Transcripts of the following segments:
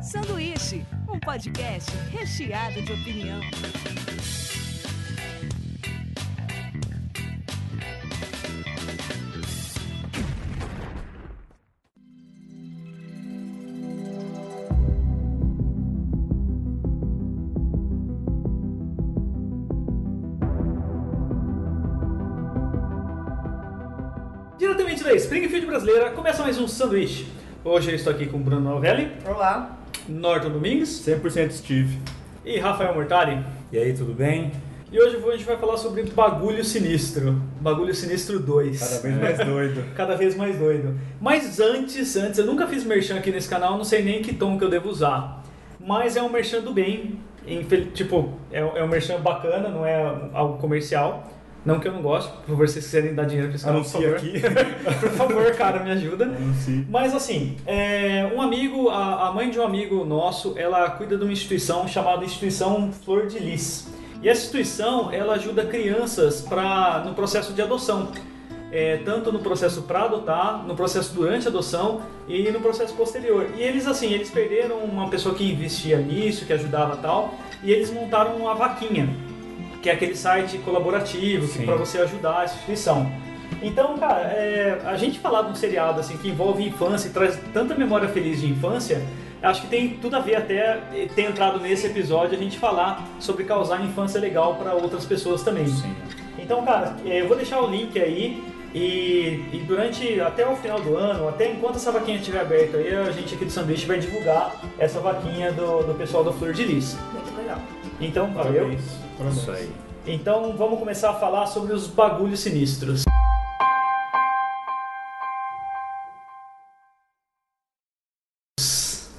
Sanduíche, um podcast recheado de opinião. Diretamente da Springfield Brasileira, começa mais um sanduíche. Hoje eu estou aqui com Bruno Novelli, Olá. Norton Domingues 100% Steve. e Rafael Mortari. E aí, tudo bem? E hoje a gente vai falar sobre Bagulho Sinistro, Bagulho Sinistro 2. Cada vez É. mais doido. Cada vez mais doido. Mas antes, antes, eu nunca fiz merchan aqui nesse canal, não sei nem que tom que eu devo usar. Mas é um merchan do bem, infel- tipo, é, é um merchan bacana, não é algo comercial. Não que eu não gosto, por favor, se vocês quiserem dar dinheiro pra Ah, esse canal, por Anuncie favor. aqui. por favor, cara, me ajuda. Anuncie. Mas assim, é, um amigo, a, a mãe de um amigo nosso, ela cuida de uma instituição chamada Instituição Flor de Lis. E essa instituição, ela ajuda crianças pra, no processo de adoção. É, tanto no processo para adotar, no processo durante a adoção e no processo posterior. E eles assim, eles perderam uma pessoa que investia nisso, que ajudava tal, e eles montaram uma vaquinha, que é aquele site colaborativo Sim. para você ajudar a instituição. Então, cara, é, a gente falar de um seriado assim que envolve infância e traz tanta memória feliz de infância, acho que tem tudo a ver até ter entrado nesse episódio a gente falar sobre causar infância legal para outras pessoas também. Então, cara, eh, eu vou deixar o link aí e, e durante até o final do ano, até enquanto essa vaquinha estiver aberta aí, a gente aqui do Sanduíche vai divulgar essa vaquinha do, do pessoal da Flor de Lis. Muito legal. Então, valeu. Parabéns. Isso aí. Então, vamos começar a falar sobre os bagulhos sinistros.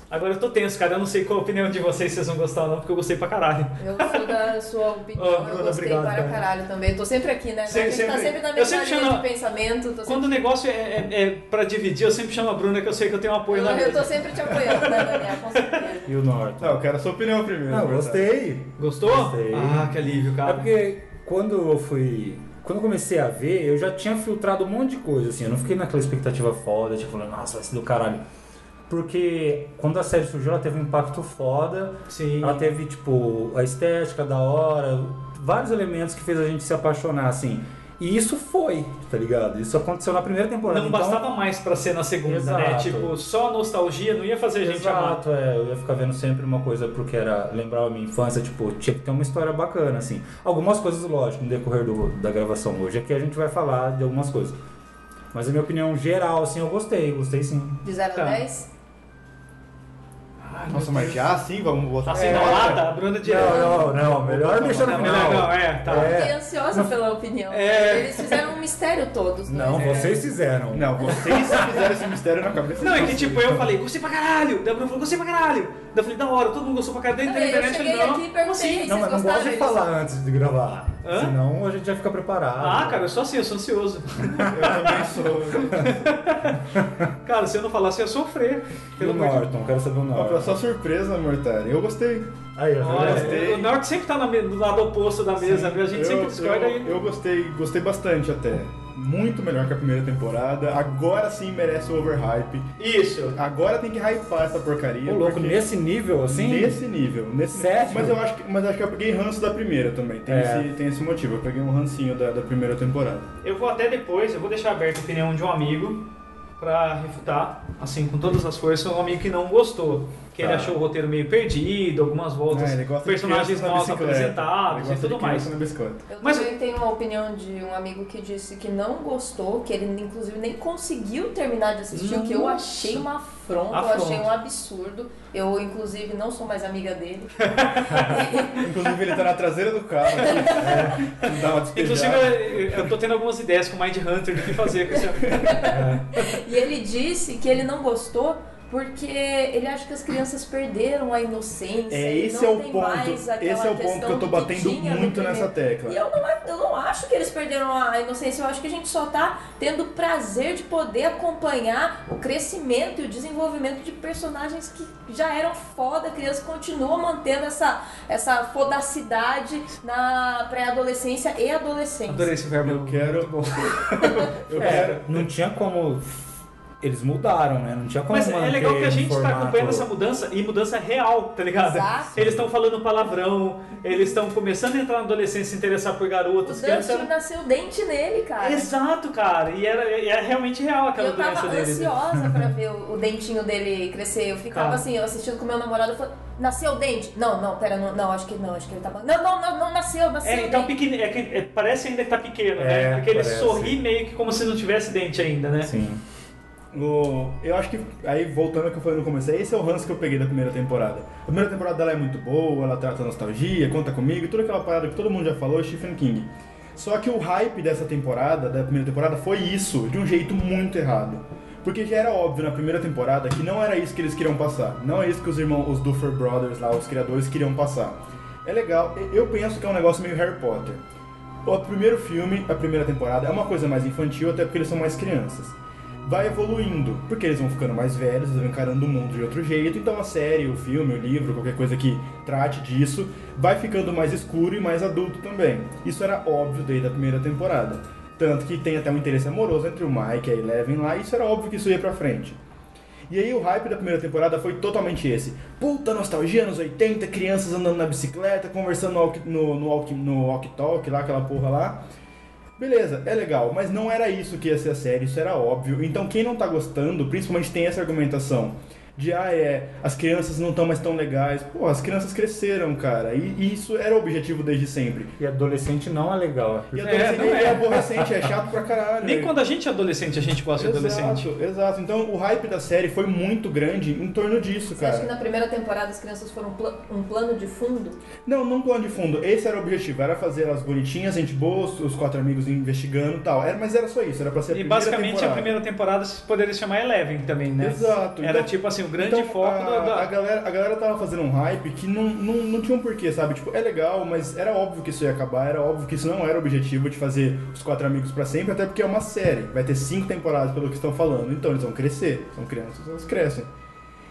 Agora eu tô tenso, cara. Eu não sei qual a opinião de vocês, se vocês vão gostar ou não, porque eu gostei pra caralho. Eu sou da sua opinião, Ô, eu Bruna, gostei Oh, obrigado, para cara. caralho também. Tô sempre aqui, né? Sempre, a gente tá sempre. sempre na Eu mesma sempre linha chamo- de pensamento. Tô Quando o sempre... negócio é, é, é pra dividir, eu sempre chamo a Bruna que eu sei que eu tenho um apoio na eu, eu mesa. tô sempre te apoiando, né, Daniel? Com certeza. E o Norte? Não, eu quero a sua opinião primeiro. Não, na verdade. gostei. Gostou? Gostei. Ah, que alívio, É cara. porque quando eu fui. Quando eu comecei a ver, eu já tinha filtrado um monte de coisa, assim. Eu não fiquei naquela expectativa foda, tipo, falando, nossa, vai ser do caralho. Porque quando a série surgiu, ela teve um impacto foda. Sim. Ela teve, tipo, a estética da hora, vários elementos que fez a gente se apaixonar, assim. E isso foi, tá ligado? Isso aconteceu na primeira temporada. Não então- bastava mais pra ser na segunda, né? Exato. Tipo, só a nostalgia não ia fazer a gente amar. Exato, é, eu ia ficar vendo sempre uma coisa porque era lembrar a minha infância, tipo, tinha que ter uma história bacana, assim. Algumas coisas, lógico, no decorrer do- da gravação hoje aqui a gente vai falar de algumas coisas. Mas a minha opinião geral, assim, eu gostei, gostei sim. De 0 Tá. a 10? Nossa, mas já assim vamos botar. Ah, Assim, na lata, a Bruna direto. É. Não, não, não, melhor deixar no Não, não, final. é, tá. É. Fiquei ansiosa pela opinião. É. Eles fizeram um mistério todos. né? Não, vocês fizeram. Não, vocês fizeram esse mistério na cabeça. Não, é de que tipo, eu falei, gostei pra caralho. Daí a Bruna falou, gostei pra caralho. Daí eu falei, da hora, todo mundo gostou pra caralho. Daí eu entrei na internet e falei, Não, eu cheguei não, aqui e perguntei. como assim? Não, mas não Vocês gosto de gostaram falar antes de gravar. Hã? Senão a gente já fica preparado. Ah, cara, eu sou assim, eu sou ansioso. Eu também sou. cara, se eu não falasse, eu ia sofrer. E Pelo o amor de Norton, quero saber o Ó, pra Norton. sua surpresa, Mortari, eu gostei. Aí, tá eu Olha, gostei. o Norton sempre tá na me- do lado oposto da mesa, viu? A gente eu, sempre discorda eu, aí. eu gostei, gostei bastante até. Muito melhor que a primeira temporada. Agora sim merece o overhype. Isso. Agora tem que hypar essa porcaria. Ô, louco, porque nesse nível, assim? Nesse nível, nesse Sério? Mas eu acho que, mas acho que eu peguei ranço da primeira também. Tem, É. esse, tem esse motivo. Eu peguei um rancinho da, da primeira temporada. Eu vou até depois, eu vou deixar aberta a opinião de um amigo pra refutar, assim, com todas as forças, um amigo que não gostou, que ele Tá. achou o roteiro meio perdido, algumas voltas, Ah, ele gosta de personagens criança na mal bicicleta. Ele apresentados gosta e de Ah, tudo criança mais. na bicicleta. Eu Mas- também tenho uma opinião de um amigo que disse que não gostou, que ele inclusive nem conseguiu terminar de assistir, o que eu Nossa. achei uma afronta, Afronta. eu achei um absurdo. Eu, inclusive, não sou mais amiga dele. Inclusive, ele tá na traseira do carro. É. Não dá uma despejada. Inclusive, eu, eu tô tendo algumas ideias com o Mind Hunter do que fazer com esse amigo. e ele disse que ele não gostou porque ele acha que as crianças perderam a inocência. É, e esse não é o tem ponto. mais aquela Esse é o ponto questão que eu tô do batendo tinha no muito nessa primeiro. tecla. E eu não, eu não acho que eles perderam a inocência, eu acho que a gente só tá tendo o prazer de poder acompanhar o crescimento e o desenvolvimento de personagens que já eram foda, a criança continua mantendo essa, essa fodacidade na pré-adolescência e adolescência. Adorei esse verbo. Eu quero. Eu É, quero. não tinha como eles mudaram, né? Não tinha como Mas é manter legal que a um gente tá formato- acompanhando essa mudança e mudança real, tá ligado? Exato. Eles estão falando palavrão, eles estão começando a entrar na adolescência e se interessar por O garotas. que antes Dante era- nasceu dente nele, cara. Exato, cara. E era, e é realmente real E aquela eu doença tava dele. né? ansiosa pra ver o, o dentinho dele crescer. Eu ficava Tá. assim, eu assistindo com meu namorado, eu falava, nasceu o dente? Não, não, pera, não, não, acho que não, acho que ele tá. Não, não, não, não nasceu, nasceu. É, o então dente. pequeni- é que- é, parece ainda que tá pequeno, É, né? Porque ele parece. sorri meio que como se não tivesse dente ainda, né? Sim. O- eu acho que, aí voltando ao que eu falei no começo, esse é o ranço que eu peguei da primeira temporada. A primeira temporada dela é muito boa, ela trata nostalgia, conta comigo, toda aquela parada que todo mundo já falou, Stephen King. Só que o hype dessa temporada, da primeira temporada, foi isso, de um jeito muito errado. Porque já era óbvio na primeira temporada que não era isso que eles queriam passar. Não é isso que os irmãos, os Duffer Brothers lá, os criadores, queriam passar. É legal, eu penso que é um negócio meio Harry Potter. O primeiro filme, a primeira temporada, é uma coisa mais infantil, até porque eles são mais crianças. Vai evoluindo, porque eles vão ficando mais velhos, eles vão encarando o mundo de outro jeito, então a série, o filme, o livro, qualquer coisa que trate disso, vai ficando mais escuro e mais adulto também. Isso era óbvio desde a primeira temporada. Tanto que tem até um interesse amoroso entre o Mike e a Eleven lá, e isso era óbvio que isso ia pra frente. E aí o hype da primeira temporada foi totalmente esse. Puta nostalgia nos 80, crianças andando na bicicleta, conversando no walk- no, no, walk- no walk talk lá, aquela porra lá. Beleza, é legal, mas não era isso que ia ser a série, isso era óbvio. Então quem não tá gostando, principalmente tem essa argumentação de ah, é, as crianças não estão mais tão legais. Pô, as crianças cresceram, cara, e, e isso era o objetivo desde sempre. E adolescente não é legal. E adolescente não é, é. aborrecente, é chato pra caralho. Nem quando a gente é adolescente a gente gosta de adolescente. Exato, exato. Então o hype da série foi muito grande em torno disso, Você acha cara. que na primeira temporada as crianças foram pla- um plano de fundo? Não, não plano de fundo. Esse era o objetivo. Era fazer elas bonitinhas, gente boa, os- os quatro amigos investigando e tal. Era, mas era só isso. Era pra ser a E primeira basicamente temporada. a primeira temporada se poderia chamar Eleven também, né? Exato. Era Então- tipo assim, o grande Então, foco a, da- da. A galera, a galera tava fazendo um hype que não, não, não tinha um porquê, sabe? Tipo, é legal, mas era óbvio que isso ia acabar. Era óbvio que isso não era o objetivo de fazer os quatro amigos pra sempre. Até porque é uma série. Vai ter cinco temporadas pelo que estão falando. Então eles vão crescer. São crianças, elas crescem.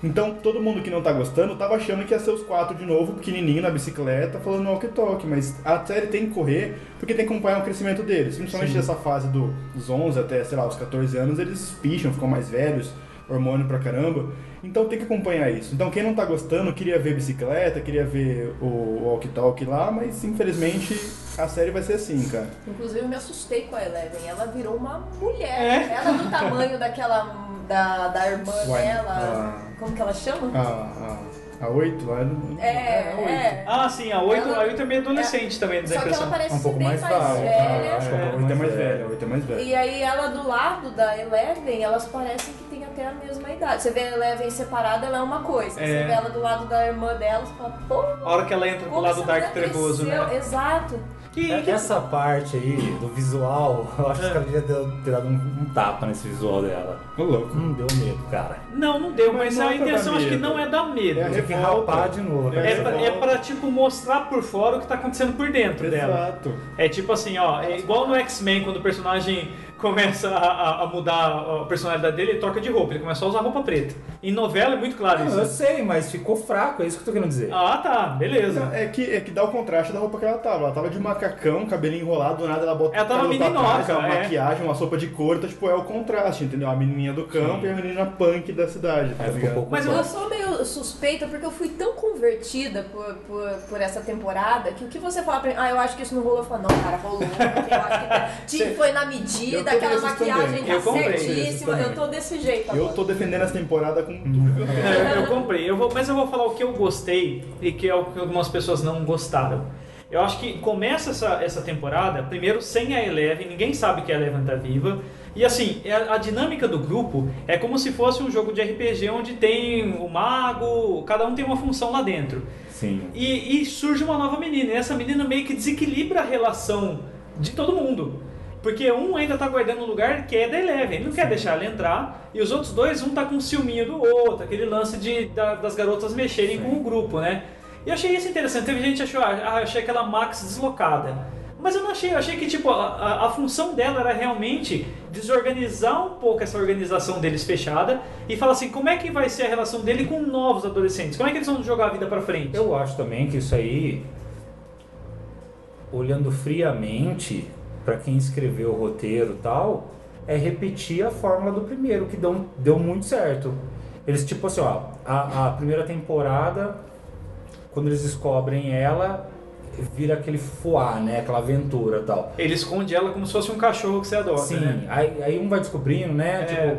Então todo mundo que não tá gostando tava achando que ia ser os quatro de novo, pequenininho na bicicleta, falando walk-talk, mas a série tem que correr porque tem que acompanhar o crescimento deles. Principalmente nessa fase do- dos 11 até, sei lá, os 14 anos, eles picham, ficam mais velhos, hormônio pra caramba. Então tem que acompanhar isso. Então quem não tá gostando queria ver bicicleta, queria ver o walk-talk lá, mas infelizmente a série vai ser assim, cara. Inclusive eu me assustei com a Eleven. Ela virou uma mulher. É. Ela do tamanho daquela. Da, da irmã Uai, dela. ah. Como que ela chama? A, a, a 8 lá. não- É, é. Ah, sim, a 8, Ela- a 8 é meio adolescente também, dá a Só que ela impressão. parece um pouco bem mais mais vaga, velha. Acho que É, a 8 Ah, é mais mais velha, velha. a 8 é mais velha. E aí ela do lado da Eleven, elas parecem que tem até a mesma idade. Você vê a Eleven separada, ela é uma coisa. Você É. vê ela do lado da irmã dela, você fala, pô, A hora que ela entra pro tá como lado essa dark mulher trevoso, cresceu? né? Exato. Que, É, que- Essa parte aí do visual, eu É. acho que os caras deviam ter- ter dado um, um tapa nesse visual dela. Ô, louco. Hum, deu medo, cara. Não, não deu, mas, Mas não a é pra intenção dar acho que medo. não é dar medo. É, Tem que Revolta. rapar de novo. né? É, cara. É pra, revolta. é pra, tipo, mostrar por fora o que tá acontecendo por dentro dela. Exato. É tipo assim, ó, é igual no X-Men, quando o personagem começa a, a- a mudar a personalidade dele, ele troca de roupa, ele começa a usar roupa preta. Em novela é muito Ah, claro Não, isso. eu né? sei, mas ficou fraco, é isso que eu tô querendo dizer. Ah, tá, beleza. Não, É que, é que dá o contraste da roupa que ela tava. Ela tava de macacão, cabelinho enrolado, do nada ela bota Ela tava cabelo pra meninosa, trás, uma é. maquiagem, uma sopa de cor, então, tipo, é o contraste, entendeu? A menininha do campo e a menina punk da cidade, tá É, ficou ligado? pouco Mas eu- bom. Eu sou meio suspeita porque eu fui tão convertida por, por, por essa temporada que o que você fala pra mim, ah, eu acho que isso não rolou, eu falo, não, cara, rolou, porque eu acho que tá- Tim foi na Eu medida, tô aquela desses maquiagem também. tá Eu comprei esses certíssima, também. eu tô desse jeito Eu agora. tô defendendo essa temporada com tudo. que eu tenho. É, eu comprei, eu vou, mas eu vou falar o que eu gostei e que é o que algumas pessoas não gostaram. Eu acho que começa essa, essa temporada, primeiro sem a Eleven, ninguém sabe que a Eleven tá viva. E assim, é a, a dinâmica do grupo é como se fosse um jogo de RPG onde tem o mago, cada um tem uma função lá dentro. Sim. E, e surge uma nova menina. E essa menina meio que desequilibra a relação de todo mundo. Porque um ainda tá guardando o lugar que é da Eleven, ele não quer deixar ela entrar. E os outros dois, um tá com um ciúminho do outro, aquele lance de, da- das garotas mexerem com o grupo, né? E eu achei isso interessante. Teve gente que achou, ah, ah, eu achei aquela Max deslocada. Mas eu não achei, eu achei que tipo, a, a- a função dela era realmente desorganizar um pouco essa organização deles fechada e falar assim, como é que vai ser a relação dele com novos adolescentes? Como é que eles vão jogar a vida pra frente? Eu acho também que isso aí, olhando friamente, pra quem escreveu o roteiro e tal, é repetir a fórmula do primeiro, que deu, um, deu muito certo. Eles, tipo assim, ó, a, a primeira temporada, quando eles descobrem ela, vira aquele foá, né? Aquela aventura e tal. Ele esconde ela como se fosse um cachorro que você adota, Sim, né? aí, aí um vai descobrindo, né? É. Tipo,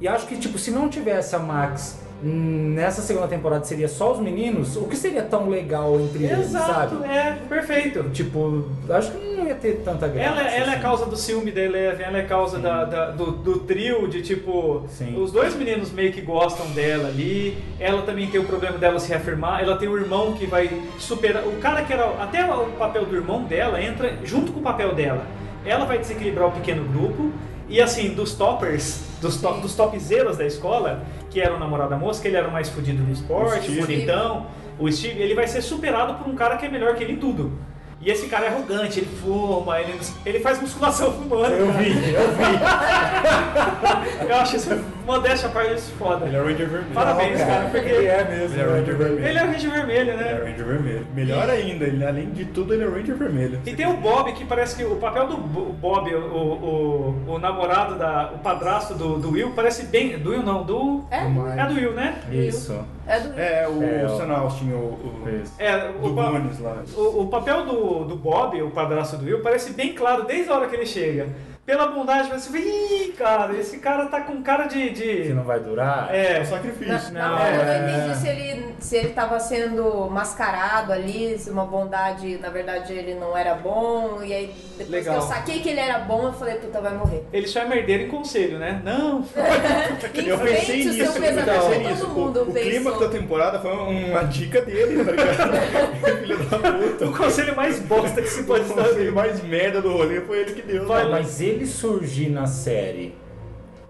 e acho que, tipo, se não tivesse a Max hum, nessa segunda temporada, seria só os meninos, o que seria tão legal entre eles, Exato, sabe? é, perfeito. Tipo, acho que não ia ter tanta graça. Ela, ela é assim. causa do ciúme da Eleven, ela é causa da, da- do, do trio de tipo. Sim. Os dois meninos meio que gostam dela ali. Ela também tem o problema dela se reafirmar. Ela tem o irmão que vai superar. O cara que era. Até o papel do irmão dela entra junto com o papel dela. Ela vai desequilibrar o pequeno grupo. E assim, dos toppers, dos, top, dos topzeiros da escola, que era o namorado da moça, que ele era o mais fudido no esporte, Steve. bonitão, o Steve, ele vai ser superado por um cara que é melhor que ele em tudo. E esse cara é arrogante, ele fuma, ele, ele faz musculação fumando. Eu cara. vi, eu vi. Eu acho isso modéstia a parte disso foda. Melhor é Ranger Vermelho. Parabéns, cara, porque Ele ele é, é mesmo. Ele é o Ranger Vermelho. o Ranger Vermelho, Ele é o né? Ranger Vermelho. Melhor ainda, ele, além de tudo, ele é o Ranger Vermelho. E tem o Bob, que parece que o papel do Bo- Bob, o, o, o namorado, da, o padrasto do, do Will, parece bem. Do Will não, do. É? É do Will, né? Isso. É do É, o É, o- Sam Austin, o, o Isso. É, o, do pa- Goonies lá. O, o papel do, do Bob, o padrasto do Will, parece bem claro desde a hora que ele chega. Pela bondade, você vê, ih, cara, esse cara tá com cara de. Que de não vai durar. É o é, sacrifício. É. Não, Na verdade, eu entendi se ele, se ele tava sendo mascarado ali, se uma bondade, na verdade ele não era bom, e aí depois Legal. que eu saquei que ele era bom, eu falei, puta, vai morrer. ele só é merdeiro em conselho, né? Não, Eu pensei Enfrente é o seu nisso, eu pesadelo, pensei todo nisso. mundo o, o clima pensou. da temporada foi uma dica dele, tá ligado? Filho da o puta. conselho mais bosta que se pode O dar. conselho mais merda do rolê foi ele que deu. Vai né? lá. Mas ele surgir na série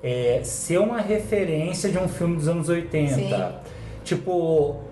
é, ser uma referência de um filme dos anos 80. Sim. Tipo.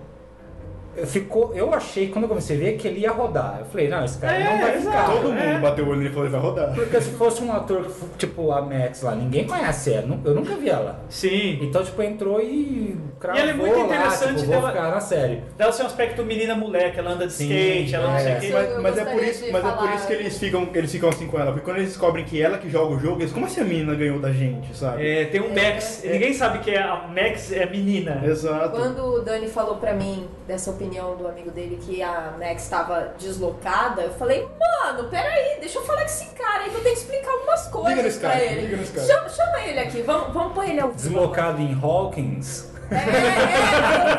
eu Ficou, eu achei quando eu comecei a ver que ele ia rodar. Eu falei, não, esse cara É, não vai exato. ficar. Todo É. mundo bateu o olho nele e falou, ele vai rodar. Porque se fosse um ator que fo- tipo a Max lá, ninguém conhece ela. nu- Eu nunca vi ela. Sim. Então, tipo, entrou e cravou ela é muito lá, interessante tipo, dela- vou ficar na série. Dá o seu um aspecto menina moleque, ela anda de Sim, skate, ela não é. sei o Sim. que. Mas, mas é por gostaria isso, de mas é por falar- isso que eles ficam, eles ficam assim com ela. Porque quando eles descobrem que ela que joga o jogo, eles como assim a menina ganhou da gente, sabe? É, tem um Max, e ninguém sabe que é a Max é menina. Exato. Quando o Dani falou pra mim dessa opinião do amigo dele que a Max estava deslocada, eu falei, mano, peraí, deixa eu falar com esse cara aí que eu tenho que explicar algumas Liga no coisas pra Skype, ele. liga no Skype. Chama, chama ele aqui, vamos, vamos pôr ele ao vivo. Deslocado em Hawkins. É,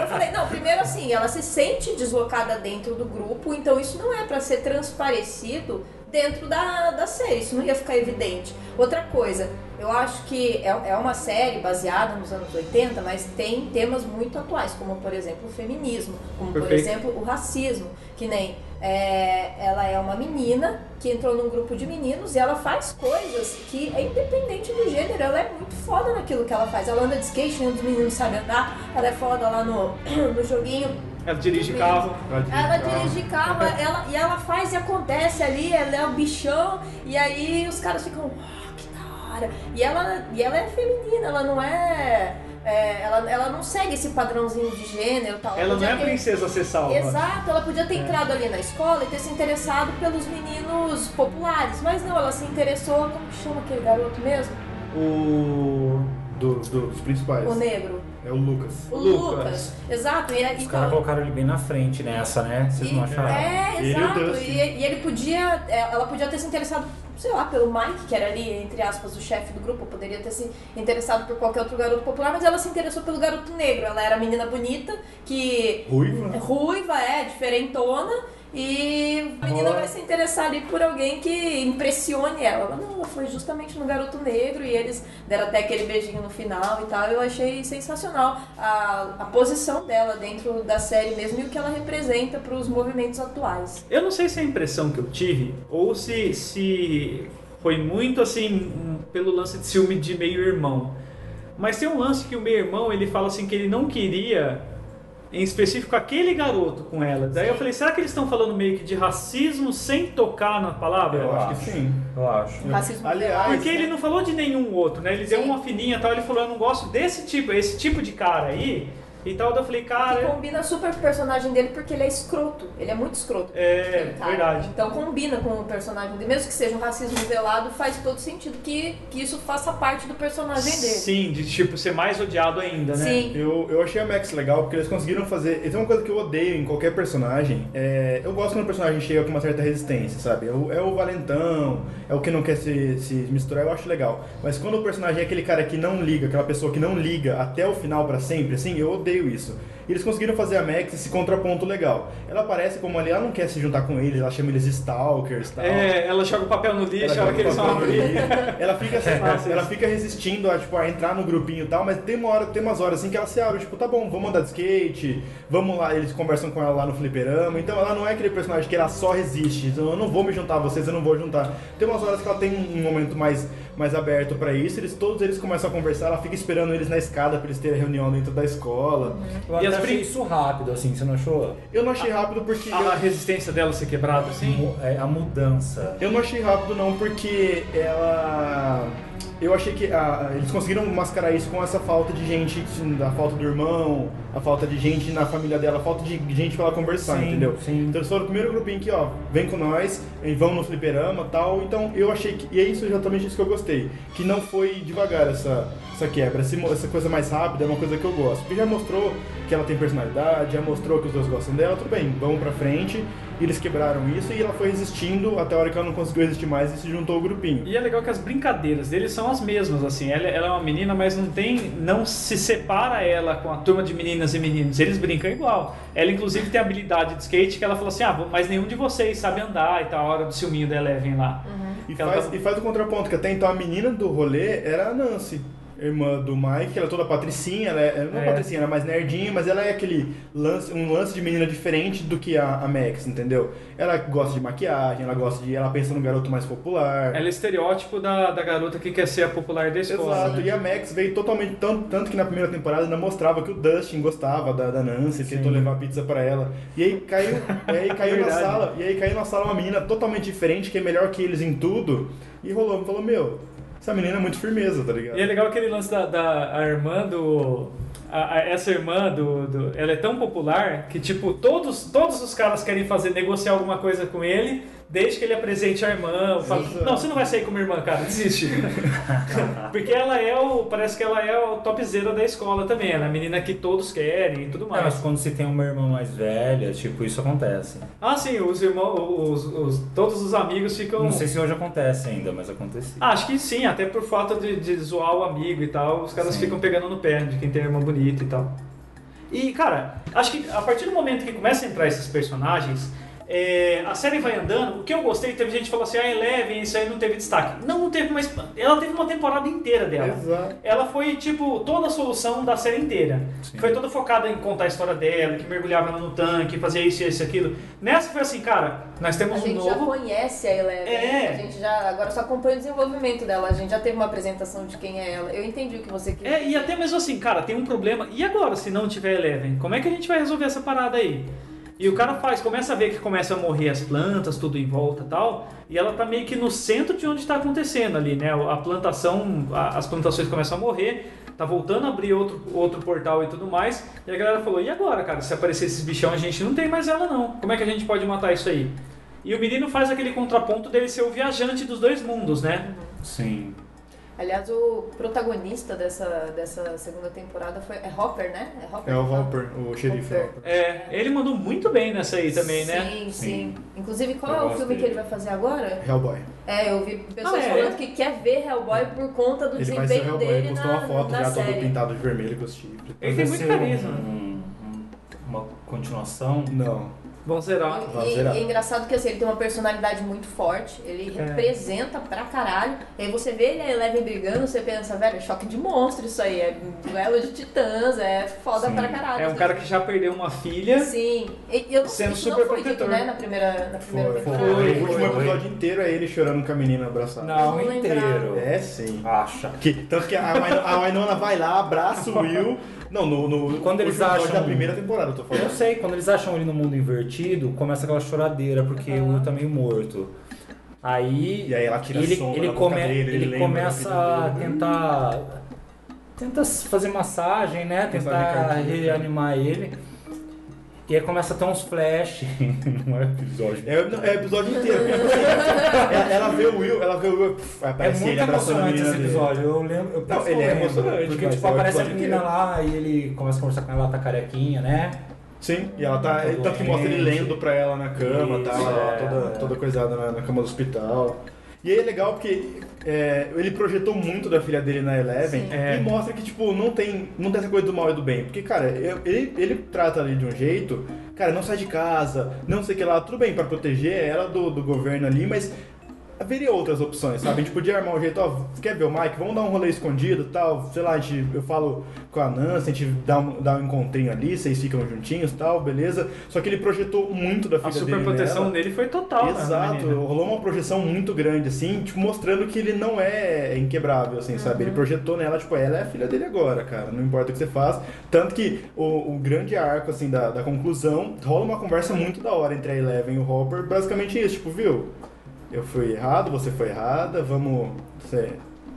é, eu falei, não, primeiro assim, ela se sente deslocada dentro do grupo, então isso não é pra ser transparecido dentro da, da série, isso não ia ficar evidente. Outra coisa, eu acho que é, é uma série baseada nos anos 80, mas tem temas muito atuais, como por exemplo o feminismo, como por Perfeito. exemplo o racismo, que nem é, ela é uma menina que entrou num grupo de meninos e ela faz coisas que é independente do gênero, ela é muito foda naquilo que ela faz. Ela anda de skate, nenhum dos meninos sabe andar, ela é foda lá no, no joguinho. Ela dirige carro. Ela dirige carro, ela, e ela faz e acontece ali, ela é o bichão, e aí os caras ficam, "Uau, que da hora. E ela, e ela é feminina, ela não é. é, ela, ela não segue esse padrãozinho de gênero e tal. Ela não Podia é ter- princesa ser salva. Exato, ela podia ter É. entrado ali na escola e ter se interessado pelos meninos populares, mas não, ela se interessou, como que chama aquele garoto mesmo? O. Do, do- dos principais. O negro. É o Lucas. O Lucas. Lucas. Exato, e, e Os caras colocaram ele bem na frente nessa, né? Vocês não Então. E- acharam? É, Ele e o exato. assim. Dustin. E, e ele podia. é, Ela podia ter se interessado, sei lá, pelo Mike, que era ali, entre aspas, o chefe do grupo. Poderia ter se interessado por qualquer outro garoto popular, mas ela se interessou pelo garoto negro. Ela era menina bonita, que Ruiva. é ruiva, é, diferentona. E a menina vai se interessar ali por alguém que impressione ela. Ela, não, foi justamente no Garoto Negro e eles deram até aquele beijinho no final e tal. Eu achei sensacional a, a posição dela dentro da série mesmo e o que ela representa para os movimentos atuais. Eu não sei se é a impressão que eu tive ou se, se foi muito assim um, pelo lance de ciúme de meio-irmão. Mas tem um lance que o meio-irmão ele fala assim que ele não queria em específico aquele garoto com ela. Daí eu falei, será que eles estão falando meio que de racismo sem tocar na palavra? Eu acho acho. que sim. Eu acho. Racismo Aliás, veloz, Porque né? ele não falou de nenhum outro, né? Ele deu Sim. uma fininha e tal, ele falou, eu não gosto desse tipo, esse tipo de cara aí e tal. Daí eu falei, Que cara. combina super com o personagem dele porque ele é escroto. Ele é muito escroto. É, Aquele cara. verdade. Então combina com o personagem dele. Mesmo que seja um racismo velado, faz todo sentido que, que isso faça parte do tá personagem dele. Sim, de tipo ser mais odiado ainda, né? Sim. É, Eu, eu achei a Max legal porque eles conseguiram fazer. E tem uma coisa que eu odeio em qualquer personagem. É, eu gosto quando o personagem chega com uma certa resistência, sabe? É o, é o valentão, é o que não quer se, se misturar, eu acho legal. Mas quando o personagem é aquele cara que não liga, aquela pessoa que não liga até o final pra sempre, assim, eu odeio isso. E eles conseguiram fazer a Max esse contraponto legal. Ela aparece como ali, ela não quer se juntar com eles, ela chama eles de stalkers e tal. É, ela joga o papel no Tá. Ela lixo, a hora joga que eles papel vão no abrir. lixo. Ela fica, assim, Nossa, ela isso. fica resistindo a, tipo, a entrar no grupinho e tal, mas tem uma hora, tem umas horas assim que ela se abre, tipo, tá bom, vamos andar de skate, vamos lá, eles conversam com ela lá no fliperama, então ela não é aquele personagem que ela só resiste, então eu não vou me juntar a vocês, eu não vou juntar. Tem umas horas que ela tem um momento mais, mais aberto pra isso, eles todos eles começam a conversar, ela fica esperando eles na escada pra eles terem reunião dentro da escola. Eu E até as achei prin- isso rápido, assim, você não achou? Eu não achei rápido porque. eu- A resistência dela ser quebrada, assim. Mu- é, a mudança. Eu não achei rápido não, porque ela. Eu achei que ah, eles conseguiram mascarar isso com essa falta de gente, a falta do irmão, a falta de gente na família dela, a falta de gente pra ela conversar, Sim, entendeu? sim. Então eles foram o primeiro grupinho que, ó, vem com nós, e vão no fliperama e tal. Então eu achei que. E é isso exatamente isso que eu gostei. Que não foi devagar essa, essa quebra. Esse mo- essa coisa mais rápida é uma coisa que eu gosto. Porque já mostrou que ela tem personalidade, já mostrou que os dois gostam dela, tudo bem, vamos pra frente. E eles quebraram isso e ela foi resistindo até a hora que ela não conseguiu resistir mais e se juntou ao grupinho. E é legal que as brincadeiras deles são as mesmas, assim. Ela, ela é uma menina, mas não tem. não se separa ela com a turma de meninas e meninos. Eles brincam igual. Ela, inclusive, tem a habilidade de skate que ela fala assim: ah, mas nenhum de vocês sabe andar e tal. A hora do ciúminho da Eleven lá. E Que ela faz, tá- e faz o contraponto, que até então a menina do rolê era a Nancy, irmã do Mike, ela é toda patricinha, ela é, não é. É. patricinha, ela é mais nerdinha, mas ela é aquele lance, um lance de menina diferente do que a, a Max, entendeu? Ela gosta de maquiagem, ela gosta de. ela pensa num garoto mais popular. Ela é estereótipo da, da garota que quer ser a popular da escola. Exato, né? e a Max veio totalmente, tanto, tanto que na primeira temporada ainda mostrava que o Dustin gostava da, da Nancy, tentou levar pizza pra ela. E aí caiu, e aí caiu na Verdade. sala, e aí caiu na sala uma menina totalmente diferente, que é melhor que eles em tudo, e rolou, falou, meu, essa menina é muito firmeza, tá ligado? E é legal aquele lance da, da a irmã do. a- a- essa irmã do, do- Ela é tão popular que, tipo, todos, todos os caras querem fazer, negociar alguma coisa com ele, desde que ele apresente a irmã. Fala, Exato. não, você não vai sair com minha irmã, cara, desiste. Porque ela é o. Parece que ela é o topzera da escola também. Ela é a menina que todos querem e tudo É, mas mais. quando se tem uma irmã mais velha, tipo, isso acontece. Ah, sim, os irmãos. Os, os- todos os amigos ficam. Não sei se hoje acontece ainda, mas acontecia. Então- Ah, acho que sim, até por falta de, de zoar o amigo e tal, os caras Sim. ficam pegando no pé de quem tem irmã bonita e tal. E, cara, acho que a partir do momento que começa a entrar esses personagens, é, a série vai andando. O que eu gostei, teve gente que falou assim, ah, Eleven, isso aí não teve destaque. Não, não teve, mas ela teve uma temporada inteira dela Exato. ela foi tipo toda a solução da série inteira. Sim. Foi toda focada em contar a história dela, que mergulhava ela no tanque, fazia isso, isso, aquilo. Nessa foi assim, cara, nós A temos um gente já novo. conhece a Eleven. né? É. A gente já agora só acompanha o desenvolvimento dela. A gente já teve uma apresentação de quem é ela. Eu entendi o que você queria. É, e até mesmo assim, cara, tem um problema. E agora, se não tiver Eleven, como é que a gente vai resolver essa parada aí? E o cara faz, começa a ver que começa a morrer as plantas, tudo em volta e tal, e ela tá meio que no centro de onde tá acontecendo ali, né? A plantação, a- as plantações começam a morrer, tá voltando a abrir outro, outro portal e tudo mais, e a galera falou, e agora, cara, se aparecer esses bichão, a gente não tem mais ela não. Como é que a gente pode matar isso aí? E o menino faz aquele contraponto dele ser o viajante dos dois mundos, né? Sim. Aliás, o protagonista dessa, dessa segunda temporada foi. É Hopper, né? É Hopper. É o que fala? Hopper, o xerife Hopper. Hopper. É, ele mandou muito bem nessa aí também, né? Sim, sim, Sim. Inclusive, qual Eu é o gosto filme dele. que ele vai fazer agora? Hellboy. É, eu vi pessoas Ah, é? falando que quer ver Hellboy por conta do Ele vai ser o desempenho Hellboy, ele dele postou na, uma foto na já todo série. pintado de vermelho com os chifres. Ele tem Mas muito vai ser carisma. um- um- uma continuação. Não. Bom, será? Vai E, zerar. e é engraçado que assim, ele tem uma personalidade muito forte, ele É. representa pra caralho. E aí você vê ele e a Eleven brigando, você pensa, velho, é choque de monstro isso aí, é duelo de titãs, é foda Sim. pra caralho. É um cara que já perdeu uma filha. Sim, e, e eu não, Sendo isso não super foi dito, protetor. né, na primeira, na primeira Foi, temporada. Foi, o último foi. episódio inteiro é ele chorando com a menina abraçada. Não, Vamos inteiro. É sim. Acha. Que- tanto que a, Win- a Winona vai lá, abraça o Will. Não, no, no Quando eles no episódio acham- da primeira temporada, eu tô Eu não falando. assim. sei, quando eles acham ele no mundo invertido, começa aquela choradeira, porque o Will tá meio morto. Aí, E aí ela tira a ele, sombra ele, da boca come- dele, né? ele ele lembra da começa vida a dele. tentar tenta fazer massagem, né? Massagem Tentar cardíaca. reanimar ele. E aí começa a ter uns flash. Não é episódio. É, não, é o episódio inteiro. porque é possível. ela, É, ela vê o Will, ela vê o Will, pff, É aparece muito ele abraçando a emocionante menina esse dele. episódio. Eu lembro. Eu Não, por isso ele eu é lembro. emocionante, Porque, mas tipo, é o aparece a episódio menina inteiro. lá e ele começa a conversar com ela, ela tá carequinha, né? Sim, e ela tá. Tanto que mostra ele lendo pra ela na cama, tá? Isso, Ela é. toda, toda coisada na, na cama do hospital. E aí é legal porque é, ele projetou muito da filha dele na Eleven Sim. e É. mostra que, tipo, não tem, não tem essa coisa do mal e do bem. Porque, cara, eu- ele, ele trata ali de um jeito, cara, não sai de casa, não sei o que lá, tudo bem, pra proteger ela do, do governo ali, mas haveria outras opções, sabe? A gente podia armar um jeito, ó, quer ver o Mike? Vamos dar um rolê escondido e tal. Sei lá, a gente, eu falo com a Nancy, a gente dá um, dá um encontrinho ali, vocês ficam juntinhos e tal, beleza. Só que ele projetou muito da A filha dele super proteção nela. dele foi total, né, Exato, menina? rolou uma projeção muito grande, assim, tipo, mostrando que ele não é inquebrável, assim, sabe? Uhum. Ele projetou nela, tipo, ela é a filha dele agora, cara, não importa o que você faz. Tanto que o, o grande arco, assim, da, da conclusão, rola uma conversa muito da hora entre a Eleven e o Hopper, basicamente isso, tipo, viu? Eu fui errado, você foi errada, vamos, você-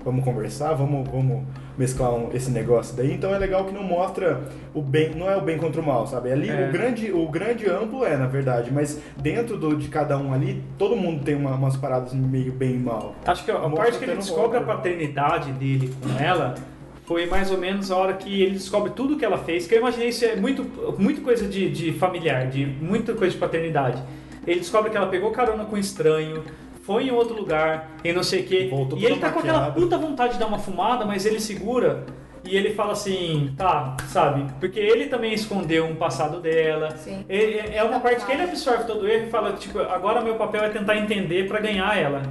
vamos conversar, vamos, vamos mesclar um- esse negócio daí. Então é legal que não mostra o bem, não é o bem contra o mal, sabe? Ali É. o grande, o grande amplo é, na verdade, mas dentro do, de cada um ali, todo mundo tem uma- umas paradas meio bem e mal. Acho que a Mostra parte que ele até no descobre a Walter. paternidade dele com ela foi mais ou menos a hora que ele descobre tudo que ela fez, que eu imaginei isso é muito, muito coisa de, de familiar, de muita coisa de paternidade. Ele descobre que ela pegou carona com um estranho, foi em outro lugar, e não sei o quê. Voltou e toda ele tá com aquela maquiada. puta vontade de dar uma fumada, mas ele segura e ele fala assim, tá, sabe? Porque ele também escondeu um passado dela. Sim. Ele- é- é uma parte que ele absorve todo o erro e fala, tipo, agora meu papel é tentar entender pra ganhar ela.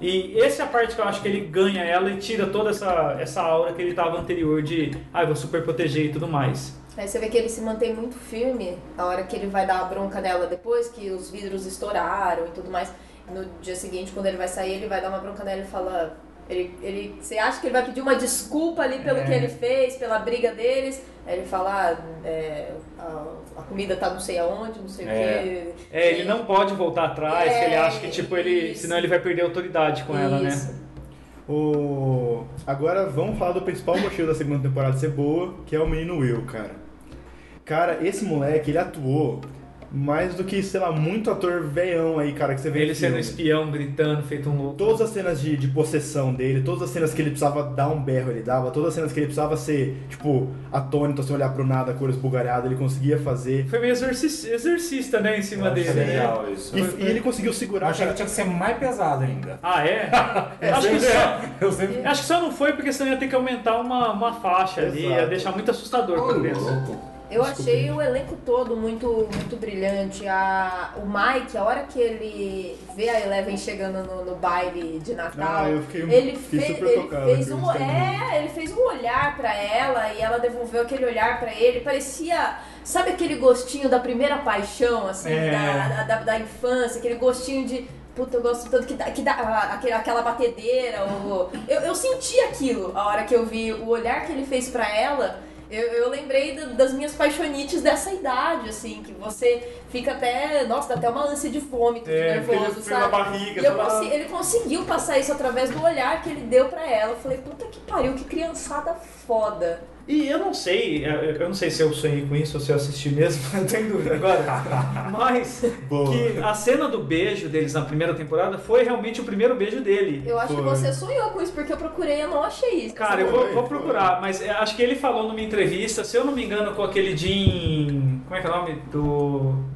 E essa é a parte que eu acho que ele ganha ela e tira toda essa, essa aura que ele tava anterior de, ah, eu vou super proteger e tudo mais. Aí você vê que ele se mantém muito firme a hora que ele vai dar a bronca nela depois que os vidros estouraram e tudo mais. No dia seguinte, quando ele vai sair, ele vai dar uma bronca nela e fala. Ele, ele, você acha que ele vai pedir uma desculpa ali pelo É. que ele fez, pela briga deles? Aí ele fala, ah, é, a, a comida tá não sei aonde, não sei o quê. É, ele não pode voltar atrás, que ele acha que, tipo, ele. É, Isso. Senão ele vai perder a autoridade com ela, né? Isso. O... Agora vamos falar do principal motivo da segunda temporada ser boa, que é o menino Will, cara. Cara, esse moleque, ele atuou mais do que, sei lá, muito ator veião aí, cara, que você vê em Ele sendo um filme. espião, gritando, feito um louco. Todas as cenas de, de possessão dele, todas as cenas que ele precisava dar um berro, ele dava, todas as cenas que ele precisava ser, tipo, atônito, se olhar pro nada, cores bugalhadas, ele conseguia fazer. Foi meio exorci- exorcista, né, em cima Achei dele. né? legal isso. E, e ele conseguiu Eu segurar, achei que cara. tinha que ser mais pesado ainda. Ah, é? tipo Eu acho, que sempre- só, Eu É. sempre. acho que só não foi porque senão ia ter que aumentar uma, uma faixa ali, ia Exato. deixar muito assustador pra criança. Eu achei o elenco todo muito, muito brilhante. A, o Mike, a hora que ele vê a Eleven chegando no, no baile de Natal, Ah, eu fiquei- ele, fe- fiquei super ele tocado fez com um isso também. é, ele fez um olhar pra ela e ela devolveu aquele olhar pra ele. Parecia, sabe aquele gostinho da primeira paixão assim, É. da, da, da- da infância, aquele gostinho de Puta, eu gosto tanto que dá, que dá ah, aquele- aquela batedeira. o- eu, eu senti aquilo a hora que eu vi o olhar que ele fez pra ela. Eu, eu lembrei da- das minhas paixonites dessa idade, assim, que você fica até. Nossa, dá até uma ânsia de vômito, É, de nervoso, frio- frio na sabe? barriga, e eu sei lá. consi- ele conseguiu passar isso através do olhar que ele deu pra ela. Eu falei, puta que pariu, que criançada foda. E eu não sei, eu eu não sei se eu sonhei com isso ou se eu assisti mesmo, eu tenho dúvida agora. Mas Boa. que a cena do beijo deles na primeira temporada foi realmente o primeiro beijo dele. Eu acho que Foi. você sonhou com isso, porque eu procurei e eu não achei isso. Cara, eu vou, vou procurar, mas é, acho que ele falou numa entrevista, se eu não me engano, com aquele Jim. Como é que é o nome? Do.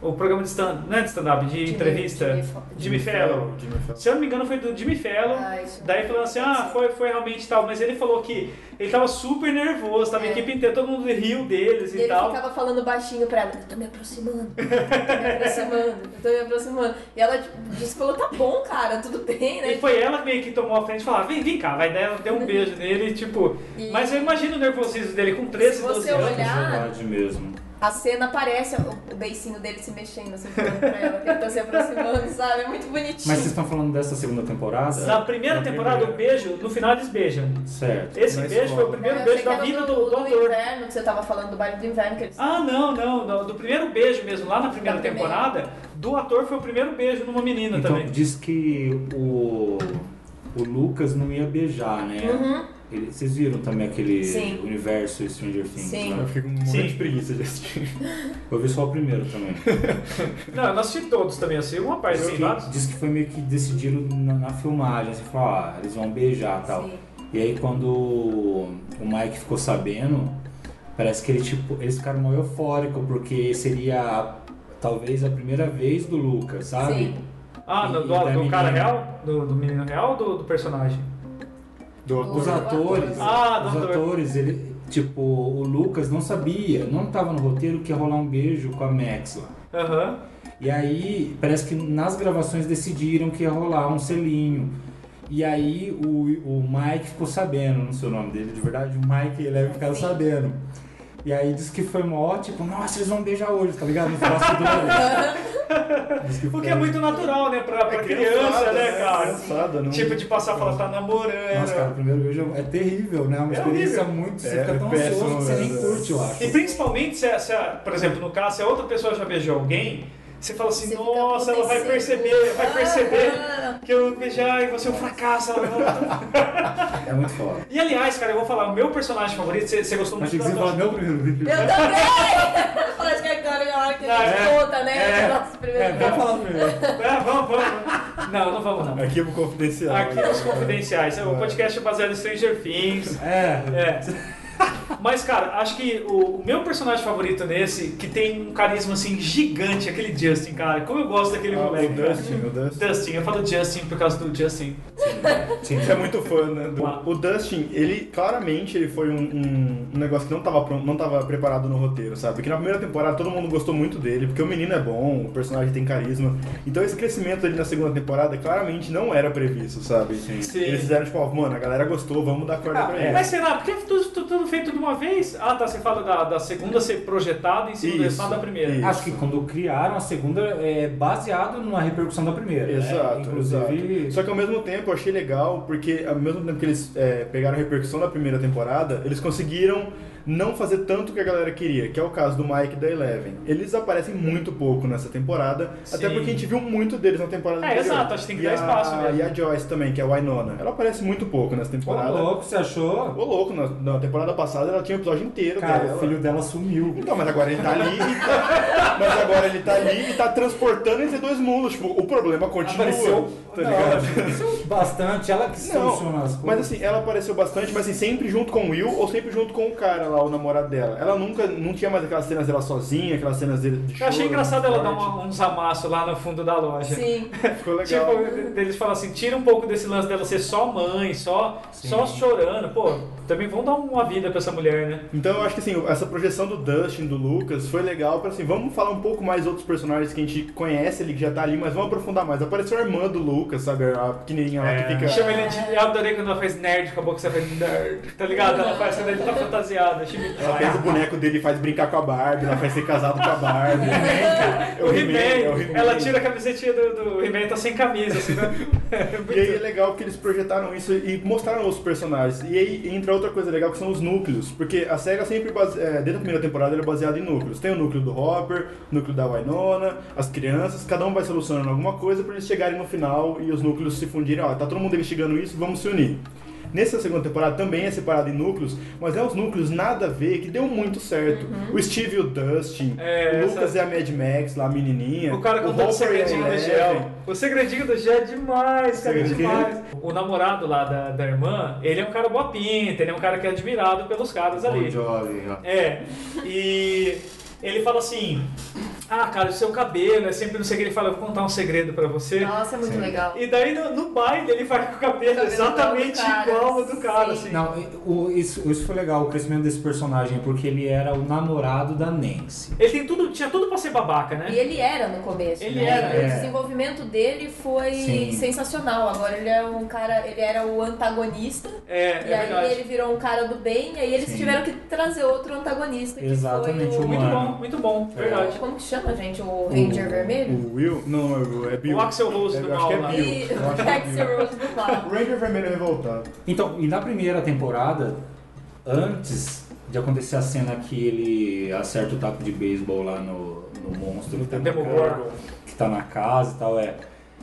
O programa de stand-up, não é de stand-up, de Jimmy- entrevista. Jimmy Fa- Jimmy Fallon. Jimmy Fallon. Se eu não me engano, foi do Jimmy Fallon. Ah, isso. Daí falando assim, ah, foi, foi realmente tal. Mas ele falou que ele tava super nervoso, tava a É. equipe inteira, todo mundo riu deles e, E ele tal. ficava falando baixinho pra ela, eu tô me aproximando, eu tô me aproximando, eu tô me aproximando. E ela tipo, disse, falou, tá bom, cara, tudo bem, E né? foi ela meio que tomou a frente e falou, "Ah, vem, vem cá, vai dar ela deu um beijo nele, tipo. E- Mas eu imagino o nervosismo dele com 13, Se você 12 Eu anos. acho que é olhar- verdade mesmo. A cena aparece o o beicinho dele se mexendo, assim, falando pra ela, que ele tá se aproximando, sabe? É muito bonitinho. Mas vocês estão falando dessa segunda temporada? Na primeira temporada, o beijo, no final eles beijam. Certo. Esse Na beijo foi o escola. primeiro Eu beijo achei da que era vida do, do, do ator. inverno, que você tava falando do baile do inverno, que eles... Ah, não, não, não. Do primeiro beijo mesmo, lá na primeira Da primeira. temporada, do ator foi o primeiro beijo numa menina Então também. diz que o o Lucas não ia beijar, né? Ele- vocês viram também aquele Uhum. Sim. universo Stranger Things, Sim. Eu né? fiquei com um monte Sim. de preguiça de assistir. Eu vi só o primeiro também. Não, eu não assisti todos também, eu assisti uma parte, Diz assim, vários. que, diz que foi meio que decidido na, na filmagem, assim, falar, ah, eles vão beijar e tá. tal. Sim. E aí quando o Mike ficou sabendo, parece que ele, tipo, eles ficaram meio eufóricos, porque seria talvez a primeira vez do Lucas, sabe? Sim. Ah, do, do- E da do cara menina. real? Do, do menino real ou do, do personagem? Do Os ator. Do atores, Ah, do os ator. atores, ele, tipo, o Lucas não sabia, não tava no roteiro que ia rolar um beijo com a Max lá. Aham. E aí, parece que nas gravações decidiram que ia rolar um selinho. E aí o, o Mike ficou sabendo, não sei o nome dele de verdade, o Mike ele deve ficar sabendo. E aí disse que foi mó, tipo, nossa, eles vão beijar hoje, tá ligado? Nos bastidores. Diz que Porque foi- é muito natural, né? Pra, pra É criança, né, cara? Criançada, não. Tipo, de passar e falar, tá Nossa, cara, o namorando. primeiro beijo é terrível, né? É uma É experiência muito. Você É, fica tão péssimo, ansioso que você nem velho. curte, eu acho. E principalmente, se, a- se a- por exemplo, no caso, se a outra pessoa já beijou alguém, você fala assim, Você fica nossa, ela vai acontecendo. perceber, vai perceber Ah. que eu beijar e você é um fracasso. Ela vai falar, É muito foda. E aliás, cara, eu vou falar, o meu personagem favorito, você você gostou muito Achei que você ia da falar meu primeiro beijo. Eu também! Acho que agora é a hora que a gente É. tá. conta, né? É. Nosso É, primeiro vai falar primeiro. É, vamos, vamos, vamos. Não, não vamos não. Arquivo confidencial. Aqui os confidenciais, é o podcast baseado em Stranger Things. É. É. Mas, cara, acho que o, o meu personagem favorito nesse, que tem um carisma assim gigante, é aquele Justin, cara. Como eu gosto daquele Ah, moleque. o cara. Dustin, o Dustin. Dustin, eu falo Justin por causa do Justin. Sim. Você é muito fã, né? do- O Dustin, ele claramente ele foi um, um- um negócio que não tava, pronto, não tava preparado no roteiro, sabe? Porque na primeira temporada todo mundo gostou muito dele, porque o menino é bom, o personagem tem carisma. Então esse crescimento dele na segunda temporada claramente não era previsto, sabe? Sim. Eles fizeram tipo, ó, mano, a galera gostou, vamos dar corda pra ele. Mas será? Por que tudo, tudo, tudo feito de uma vez? Ah, tá. Você fala da, da segunda ser projetada em cima do Isso. final da primeira. Isso. Acho que quando criaram a segunda é baseado na repercussão da primeira. né? Exato, Inclusive, exato. Só que ao mesmo tempo eu achei legal, porque ao mesmo tempo que eles é, pegaram a repercussão da primeira temporada, eles conseguiram não fazer tanto o que a galera queria, que é o caso do Mike e da Eleven. Eles aparecem muito pouco nessa temporada, até Sim. porque a gente viu muito deles na temporada É, anterior. exato, acho que tem que E dar espaço a, mesmo. E a Joyce também, que é a Winona. Ela aparece muito pouco nessa Ô, temporada. louco, você achou? Ô, louco, na, na temporada passada ela tinha um episódio inteiro Cara, dela. o filho dela sumiu. Então, mas agora ele tá ali e tá, Mas agora ele tá ali e tá transportando entre dois mundos. Tipo, o problema continua. Apareceu, tá não, ligado? apareceu bastante, ela que soluciona as coisas. mas assim, ela apareceu bastante, mas assim, sempre junto com o Will ou sempre junto com o cara lá, o namorado dela. Ela nunca, não tinha mais aquelas cenas dela sozinha, aquelas cenas dele de Eu achei choro, engraçado ela dar forte. uma- uns amassos lá no fundo da loja. Sim. Ficou legal. Tipo, eles falam assim, tira um pouco desse lance dela ser só mãe, só, só chorando. Pô, também vão dar uma vida pra essa mulher, né? Então eu acho que assim, essa projeção do Dustin, do Lucas, foi legal pra assim, vamos falar um pouco mais outros personagens que a gente conhece ali, que já tá ali, mas vamos aprofundar mais. Apareceu a irmã do Lucas, sabe? A pequenininha lá que fica... É. Chama ele de. Eu adorei quando ela fez nerd com a boca, você fez nerd. Tá ligado? Ela faz essa ele tá fantasiada. achei muito Ela legal. fez o boneco dele e faz brincar com a Barbie, ela faz ser casado com a Barbie. É O He-Man, é o He-Man, He-Man. ela tira a camisetinha do, do He-Man tá sem camisa, assim, né? E aí é legal que eles projetaram isso e mostraram os personagens. E aí entra outra coisa legal que são os núcleos. Porque a SEGA sempre, base... é, desde a primeira temporada, ela é baseada em núcleos. Tem o núcleo do Hopper, o núcleo da Winona, as crianças, cada um vai solucionando alguma coisa pra eles chegarem no final e os núcleos se fundirem. Ó, tá todo mundo investigando isso, vamos se unir. Nessa segunda temporada também é separado em núcleos, mas é uns núcleos nada a ver, que deu muito certo. O Steve e o Dustin, É, o Lucas e a Mad Max, lá a menininha. O cara contando o Hopper e a segredinho do Eleven. gel. O segredinho do gel é demais, cara, é né? Segredinho. demais. O namorado lá da, da irmã, ele é um cara boa pinta, ele é um cara que é admirado pelos caras ali. Bon Jovi, ó. É. E ele fala assim: Ah, cara, o seu cabelo é sempre não sei o que. Ele fala: Vou contar um segredo pra você. Nossa, é muito legal. E daí no, no baile ele vai com o cabelo, Cabelo exatamente igual do cara, igual ao do cara, sim. assim. Não, o- isso, isso foi legal, o crescimento desse personagem, porque ele era o namorado da Nancy. Ele tem tudo, tinha tudo pra ser babaca, né? E ele era no começo. Ele né? era, é. O desenvolvimento dele foi Sim. sensacional. Agora ele é um cara, ele era o antagonista. É, E é aí verdade. ele virou um cara do bem, e aí eles Sim. tiveram que trazer outro antagonista. que Exatamente, foi o... Muito bom, Mano. muito bom, verdade. Como que chama, gente? O Ranger Vermelho? O Will? Não, é o- é Bill. O Axel Rose É, do acho que mal lá. é Bill. E o Eu acho que é Bill. Dexter Rose do O mal. Ranger Vermelho Revoltado. Então, e na primeira temporada, antes de acontecer a cena que ele acerta o taco de beisebol lá no, no monstro que tá, na Demogorgon. casa, que tá na casa e tal, é.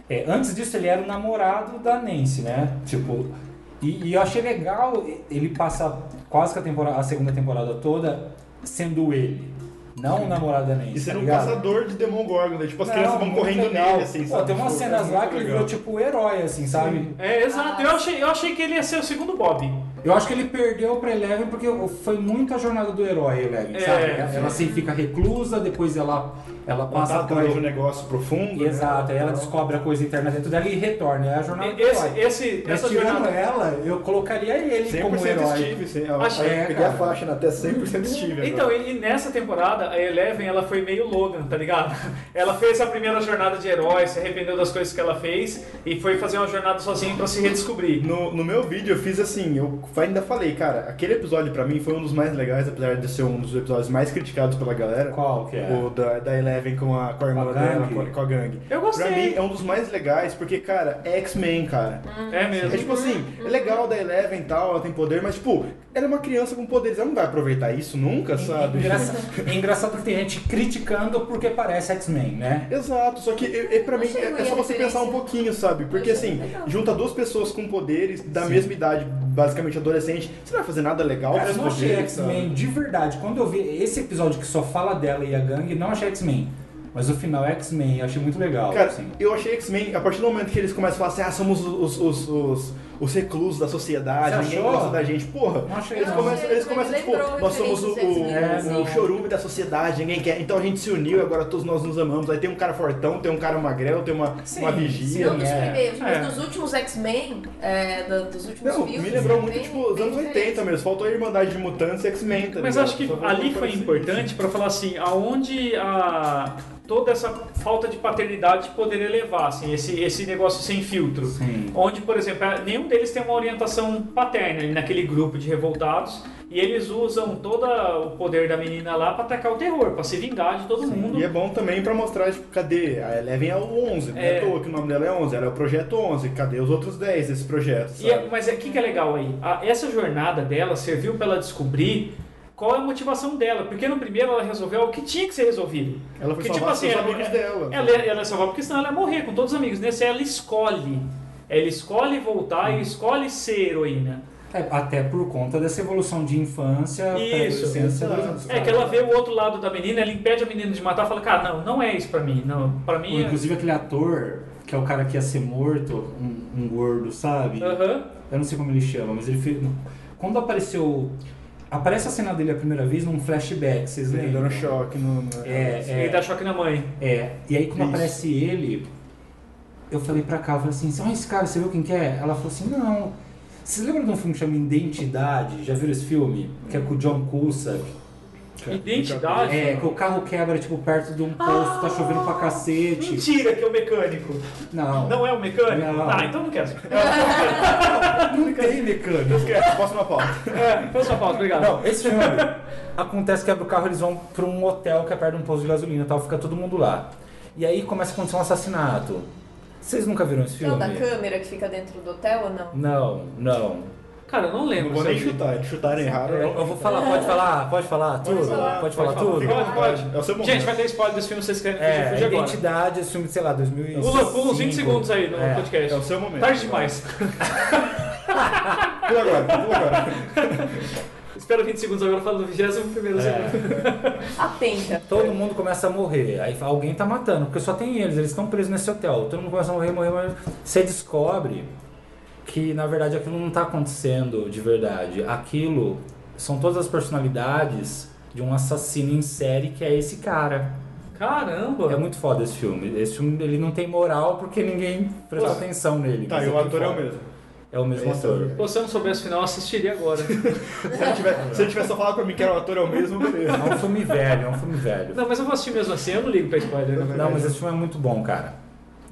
É, antes disso, ele era o namorado da Nancy, né? Tipo, e, e eu achei legal ele passar quase que a, temporada, a segunda temporada toda sendo ele. Não o namorado da Nancy. E tá sendo um ligado? caçador de Demon Gorgon, né? Tipo, as Não, crianças vão muito correndo legal. nele, assim, Pô, sabe? tem umas Tipo, cenas é lá muito que ele legal. virou tipo o herói, assim, sabe? É, exato. Eu achei, eu achei que ele ia ser o segundo Bob. Eu acho que ele perdeu pra Eleven porque foi muito a jornada do herói, Eleven, É, sabe? é. Ela assim fica reclusa, depois ela, ela Tá passa atrás de um por... negócio profundo. né? Exato, aí ela descobre a coisa interna dentro dela e retorna. É a jornada do Esse, herói. esse, Mas essa tirando jornada. ela, eu colocaria ele é como 100% herói. Steve, sim. Ah, Eu Acho- é, peguei cara. a faixa na testa 100% Steve. Então, agora. e e nessa temporada, a Eleven ela foi meio Logan, tá ligado? Ela fez a primeira jornada de herói, se arrependeu das coisas que ela fez e foi fazer uma jornada sozinha pra se redescobrir. No, no meu vídeo eu fiz assim, eu ainda falei, cara, aquele episódio pra mim foi um dos mais legais, apesar de ser um dos episódios mais criticados pela galera. Qual que é? O da, da Eleven com a, com a irmã Com a dela, gangue. com a, com a gangue. Eu gostei. Pra mim é um dos mais legais, porque, cara, é X-Men, cara. É mesmo. É tipo assim, é legal da Eleven e tal, ela tem poder, mas tipo, ela é uma criança com poderes, ela não vai aproveitar isso nunca, sabe? Engraça- É engraçado que tem gente criticando porque parece X-Men, né? Exato, só que é, é, pra mim Achei é, ruim é só a você referência. pensar um pouquinho, sabe? Porque Achei assim, legal. junta duas pessoas com poderes da mesma idade, basicamente adolescente, você não vai fazer nada legal Cara, com eu os não achei poderes, sabe? X-Men de verdade. Quando eu vi esse episódio que só fala dela e a gangue, não achei X-Men. Mas o final é X-Men, eu achei muito legal. Cara, assim. eu achei X-Men, a partir do momento que eles começam a falar assim, ah, somos os, os, os, os reclusos da sociedade, Você ninguém achou? gosta da gente, porra. Não achei Eles não. começam, eles começam tipo, Lembrou nós somos o, referências o, X-Men, assim. o chorume da sociedade, ninguém quer. Então a gente se uniu, agora todos nós nos amamos. Aí tem um cara fortão, tem um cara magrelo, tem uma, Sim, uma vigia. Não um dos é. primeiros, É. mas dos últimos X-Men, é, do- dos últimos Não, filmes. me lembrou é muito, bem- tipo, os bem anos 80 diferente. mesmo. Faltou a Irmandade de Mutantes e X-Men, tá Mas ligado? acho que Só faltou ali uma foi coisa importante pra falar assim, aonde a toda essa falta de paternidade poderia levar, assim, esse, esse negócio sem filtro. Sim. Onde, por exemplo, é, nenhum deles tem uma orientação paterna ali naquele grupo de revoltados. E eles usam todo o poder da menina lá pra atacar o terror, pra se vingar de todo mundo. E é bom também pra mostrar, tipo, cadê? A Eleven é o 11, não é É. à toa que o nome dela é 11, ela é o Projeto 11. Cadê os outros 10 desse projeto, E é- sabe? mas o que, que é legal aí? A- essa jornada dela serviu pra ela descobrir qual é a motivação dela. Porque no primeiro ela resolveu o que tinha que ser resolvido. Ela foi Porque, tipo assim, é, salvar os ela, amigos dela. Ela, ela é salvar porque senão ela ia morrer com todos os amigos. Nesse ela escolhe. Ela escolhe voltar e escolhe ser heroína. É, até por conta dessa evolução de infância, Isso. pré-adolescência, Exato. adolescência. É que ela vê o outro lado da menina, ela impede a menina de matar, fala, cara, não, não é isso pra mim. Não, pra Ou, mim é... inclusive aquele ator, que é o cara que ia ser morto, um, um gordo, sabe? Aham. Eu não sei como ele chama, mas ele fez. Quando apareceu. Aparece a cena dele a primeira vez num flashback, vocês Ele lembram? dando um choque no... no- É, Ele dá choque na mãe. É, e aí quando Isso. aparece ele, eu falei pra cá, eu falei assim, olha esse cara, você viu quem que é? Ela falou assim, não. Vocês lembram de um filme que chama Identidade? Já viram esse filme? Que é com o John Cusack. Identidade? É, que o carro quebra, tipo, perto de um posto, tá chovendo pra cacete. Mentira que é o mecânico. Não, Não é o mecânico? Não. Ah, então não quero. é não tem mecânico. Próxima pauta. É, foi sua pauta, obrigado. Não, esse filme acontece que quebra o carro, eles vão pra um hotel que é perto de um posto de gasolina e tal, fica todo mundo lá. E aí começa a acontecer um assassinato. Vocês nunca viram esse É o filme? da câmera que fica dentro do hotel ou não? Não, não. Cara, eu não lembro. Não vou nem sabe? chutar, chutarem errado. né? Eu, eu vou falar, pode falar, pode falar tudo, pode falar, tudo. Pode, pode. É o seu momento. Gente, vai ter spoiler desse filme, vocês querem fugir, É, fugir agora. identidade, esse filme, sei lá, 2005. Pula, pula uns 20 segundos aí no É. podcast. É o seu momento. Tarde demais. Pula agora, pula agora. Tá, Espera 20 segundos agora, fala do 21 É. primeiro segundo. Atenta. Todo mundo começa a morrer, aí alguém tá matando, porque só tem eles, eles estão presos nesse hotel. Todo mundo começa a morrer, morrer, morrer. Você descobre que na verdade aquilo não tá acontecendo de verdade. Aquilo são todas as personalidades de um assassino em série que é esse cara. Caramba. É muito foda esse filme. Esse filme ele não tem moral porque ninguém prestou Tá. atenção nele. Tá, mas e o é muito ator é o foda. mesmo. É o mesmo Esse ator. é Pô, se eu não soubesse o final, eu assistiria agora. Se ele tiver, se ele tiver só falado pra mim que era o ator é o mesmo, beleza. É um filme velho, é um filme velho. não, mas eu vou assistir mesmo assim, eu não ligo pra spoiler. né? Não, mas é- esse filme é muito bom, cara.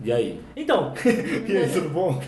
E aí? Então, E aí, tudo bom?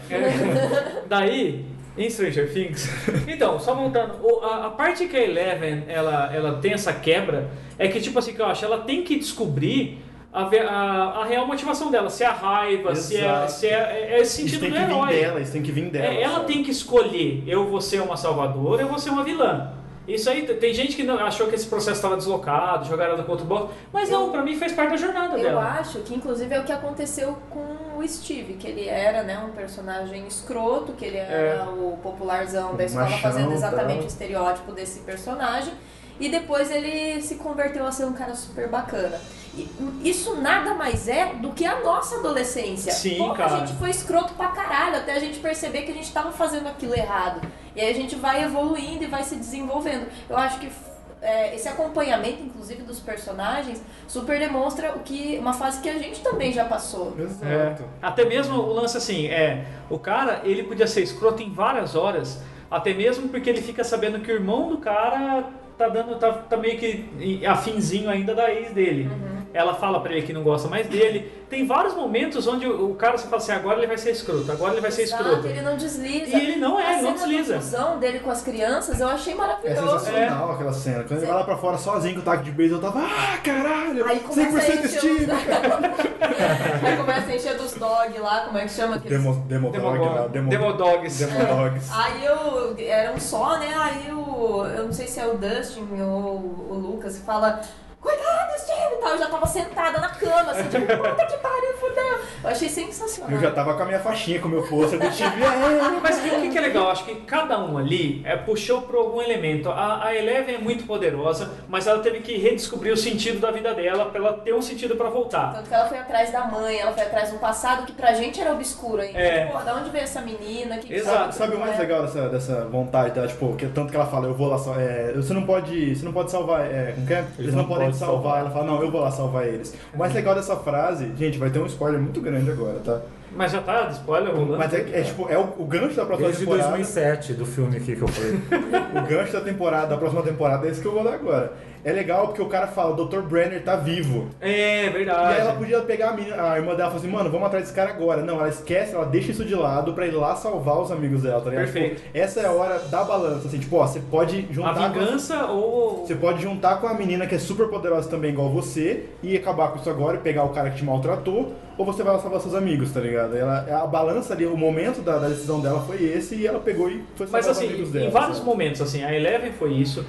é, daí, em Stranger Things. Então, só montando. a, a parte que a Eleven ela, ela tem essa quebra é que, tipo assim, que eu acho, ela tem que descobrir. A, ve- a- a real motivação dela, se é a raiva, se é, Exato. se é, é, é esse Isso sentido tem do que vir herói. dela, isso tem que vir dela. É, ela sabe? tem que escolher, eu vou ser uma salvadora, eu vou ser uma vilã. Isso aí, t- tem gente que não, achou que esse processo estava deslocado, jogaram ela contra o box, mas não, pra mim fez parte da jornada Eu dela. acho que, inclusive, é o que aconteceu com o o Steve, que ele era né, um personagem escroto, que ele É. era o popularzão da Um escola Machão, fazendo exatamente tal. o estereótipo desse personagem. E depois ele se converteu a ser um cara super bacana. E isso nada mais é do que a nossa adolescência. Sim, Pouca cara. gente foi escroto pra caralho, até a gente perceber que a gente tava fazendo aquilo errado. E aí a gente vai evoluindo e vai se desenvolvendo. Eu acho que é, esse acompanhamento, inclusive, dos personagens, super demonstra o que uma fase que a gente também já passou. Exato. Até mesmo o lance assim, é, o cara, ele podia ser escroto em várias horas, até mesmo porque ele fica sabendo que o irmão do cara tá dando tá, tá meio que afinzinho ainda da ex dele. Uhum. Ela fala pra ele que não gosta mais dele. Tem vários momentos onde o, o cara se fala assim, agora ele vai ser escroto, agora ele vai ser Exato, escroto. ele não desliza. E ele não é, a não cena desliza. da fusão dele com as crianças eu achei É maravilhoso. sensacional aquela cena. Quando ele vai lá pra fora sozinho com o taco de beisebol, eu tava, ah, caralho, Aí começa a 100% encher Steve. os... Aí começa a encher dos dog lá, como é que chama? aqueles- Demo, demo, Demodog- Demodogs. Demodogs. Aí eu. Era um só, né? Aí eu. Eu não sei se é o Dustin ou o Lucas que fala. Cuidado, Steve! e tal. Eu já tava sentada na cama, assim, tipo, puta que pariu, fudeu! Eu achei sensacional. Eu já tava com a minha faixinha, com o meu pôster do Steve. É. Mas o que que é legal? Acho que cada um ali é, puxou por algum elemento. A, a Eleven é muito poderosa, mas ela teve que redescobrir o sentido da vida dela pra ela ter um sentido pra voltar. Tanto que ela foi atrás da mãe, ela foi atrás de um passado que pra gente era obscuro ainda. Tipo, É. Pô, da onde veio essa menina? Que é?" Exato. Sabe o mais legal dessa, dessa vontade dela? Tipo, que, tanto que ela fala, eu vou lá só. é, você não pode. Você não pode salvar. É, como que é? Eles, não, podem te salvar. Ela fala, não, eu vou lá salvar eles. O mais legal dessa frase, gente, vai ter um spoiler muito grande agora, tá? Mas já tá, spoiler rolando. Mas é, é, tipo, é o, o gancho da próxima Desde temporada. 2007, do filme aqui que eu falei. O gancho da temporada, da próxima temporada, é esse que eu vou dar agora. É legal porque o cara fala, o Dr. Brenner tá vivo. É E aí verdade. ela podia pegar a, menina, a irmã dela e falar assim, mano, vamos atrás desse cara agora. Não, ela esquece, ela deixa isso de lado pra ir lá salvar os amigos dela, tá ligado? Perfeito. Tipo, essa é a hora da balança, assim, tipo, ó, você pode A juntar. com- vingança ou. Você pode juntar com a menina que é super poderosa também, igual você, e acabar com isso agora e pegar o cara que te maltratou, ou você vai lá salvar seus amigos, tá ligado? Ela, a balança ali, o momento da, da decisão dela foi esse, e ela pegou e foi salvar Mas os assim, amigos dela. né? em vários sabe? momentos, assim, a Eleven foi isso,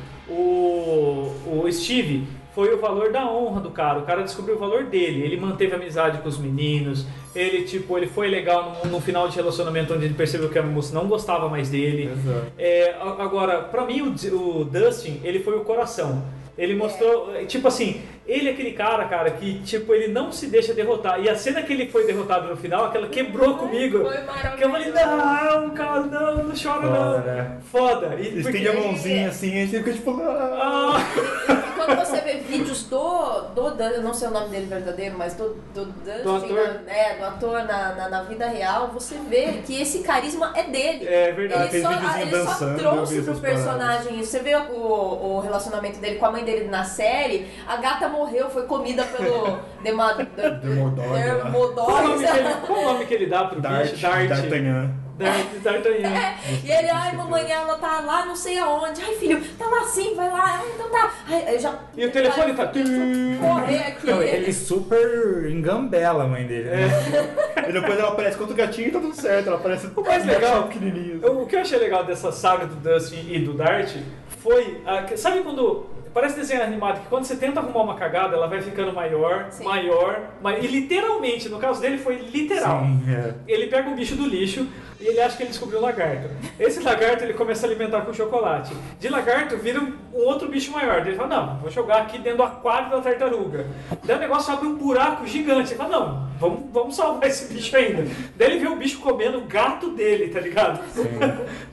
o, o Steve foi o valor da honra do cara, o cara descobriu o valor dele, ele manteve amizade com os meninos, ele tipo, ele foi legal no, no final de relacionamento onde ele percebeu que a moça não gostava mais dele. Exato. É, a- agora, pra mim, o, D- o Dustin, ele foi o coração. Ele mostrou, eh, tipo assim, ele é aquele cara, cara, que, tipo, ele não se deixa derrotar. E a cena que ele foi derrotado no final, aquela quebrou comigo. Foi maravilhoso. Que eu falei, não, cara, não, não chora Foda, não. né? Foda. E Estende a porque... é- mãozinha assim, e a gente fica tipo. "Ah". Ah, E quando você vê vídeos do, do Dan, eu não sei o nome dele verdadeiro, mas do, do Dan, Do assim, ator? na, é, do ator na, na, na vida real, você vê que esse carisma é dele. é verdade. ele fez só, videozinho ele só dançando, eu trouxe vi pro essas paradas. personagem isso. Você vê o, o relacionamento dele com a mãe dele na série? A gata morreu, foi comida pelo Dema- Demodog né? é lá. Qual o Dermodogs. nome que ele, qual o nome que ele dá pro Dart, bicho? Dart. D'Artagnan. Dart, D'Artagnan. E ele, ai, mamãe, ela tá lá não sei aonde. Ai, filho, tá lá sim, vai lá. Ai, então tá. Ai, eu já... E o telefone tá... Correr aqui. Não, ele super engambela a mãe dele. É, né? E depois ela aparece contra o gatinho e tá tudo certo. Ela aparece o mais legal- pequenininho. Eu- O que eu achei legal dessa saga do Dustin e do Dart foi. a- que- sabe quando. Parece desenho animado que quando você tenta arrumar uma cagada, ela vai ficando maior, Sim. maior, maior. E literalmente, no caso dele, foi literal. Sim, é. Ele pega um bicho do lixo e ele acha que ele descobriu um lagarto. Esse lagarto ele começa a alimentar com chocolate. De lagarto vira um um outro bicho maior. Daí Ele fala: Não, vou jogar aqui dentro do aquário da tartaruga. Daí o negócio abre um buraco gigante. Ele fala: Não, vamos, vamos salvar esse bicho ainda. Daí ele vê o bicho comendo o gato dele, tá ligado?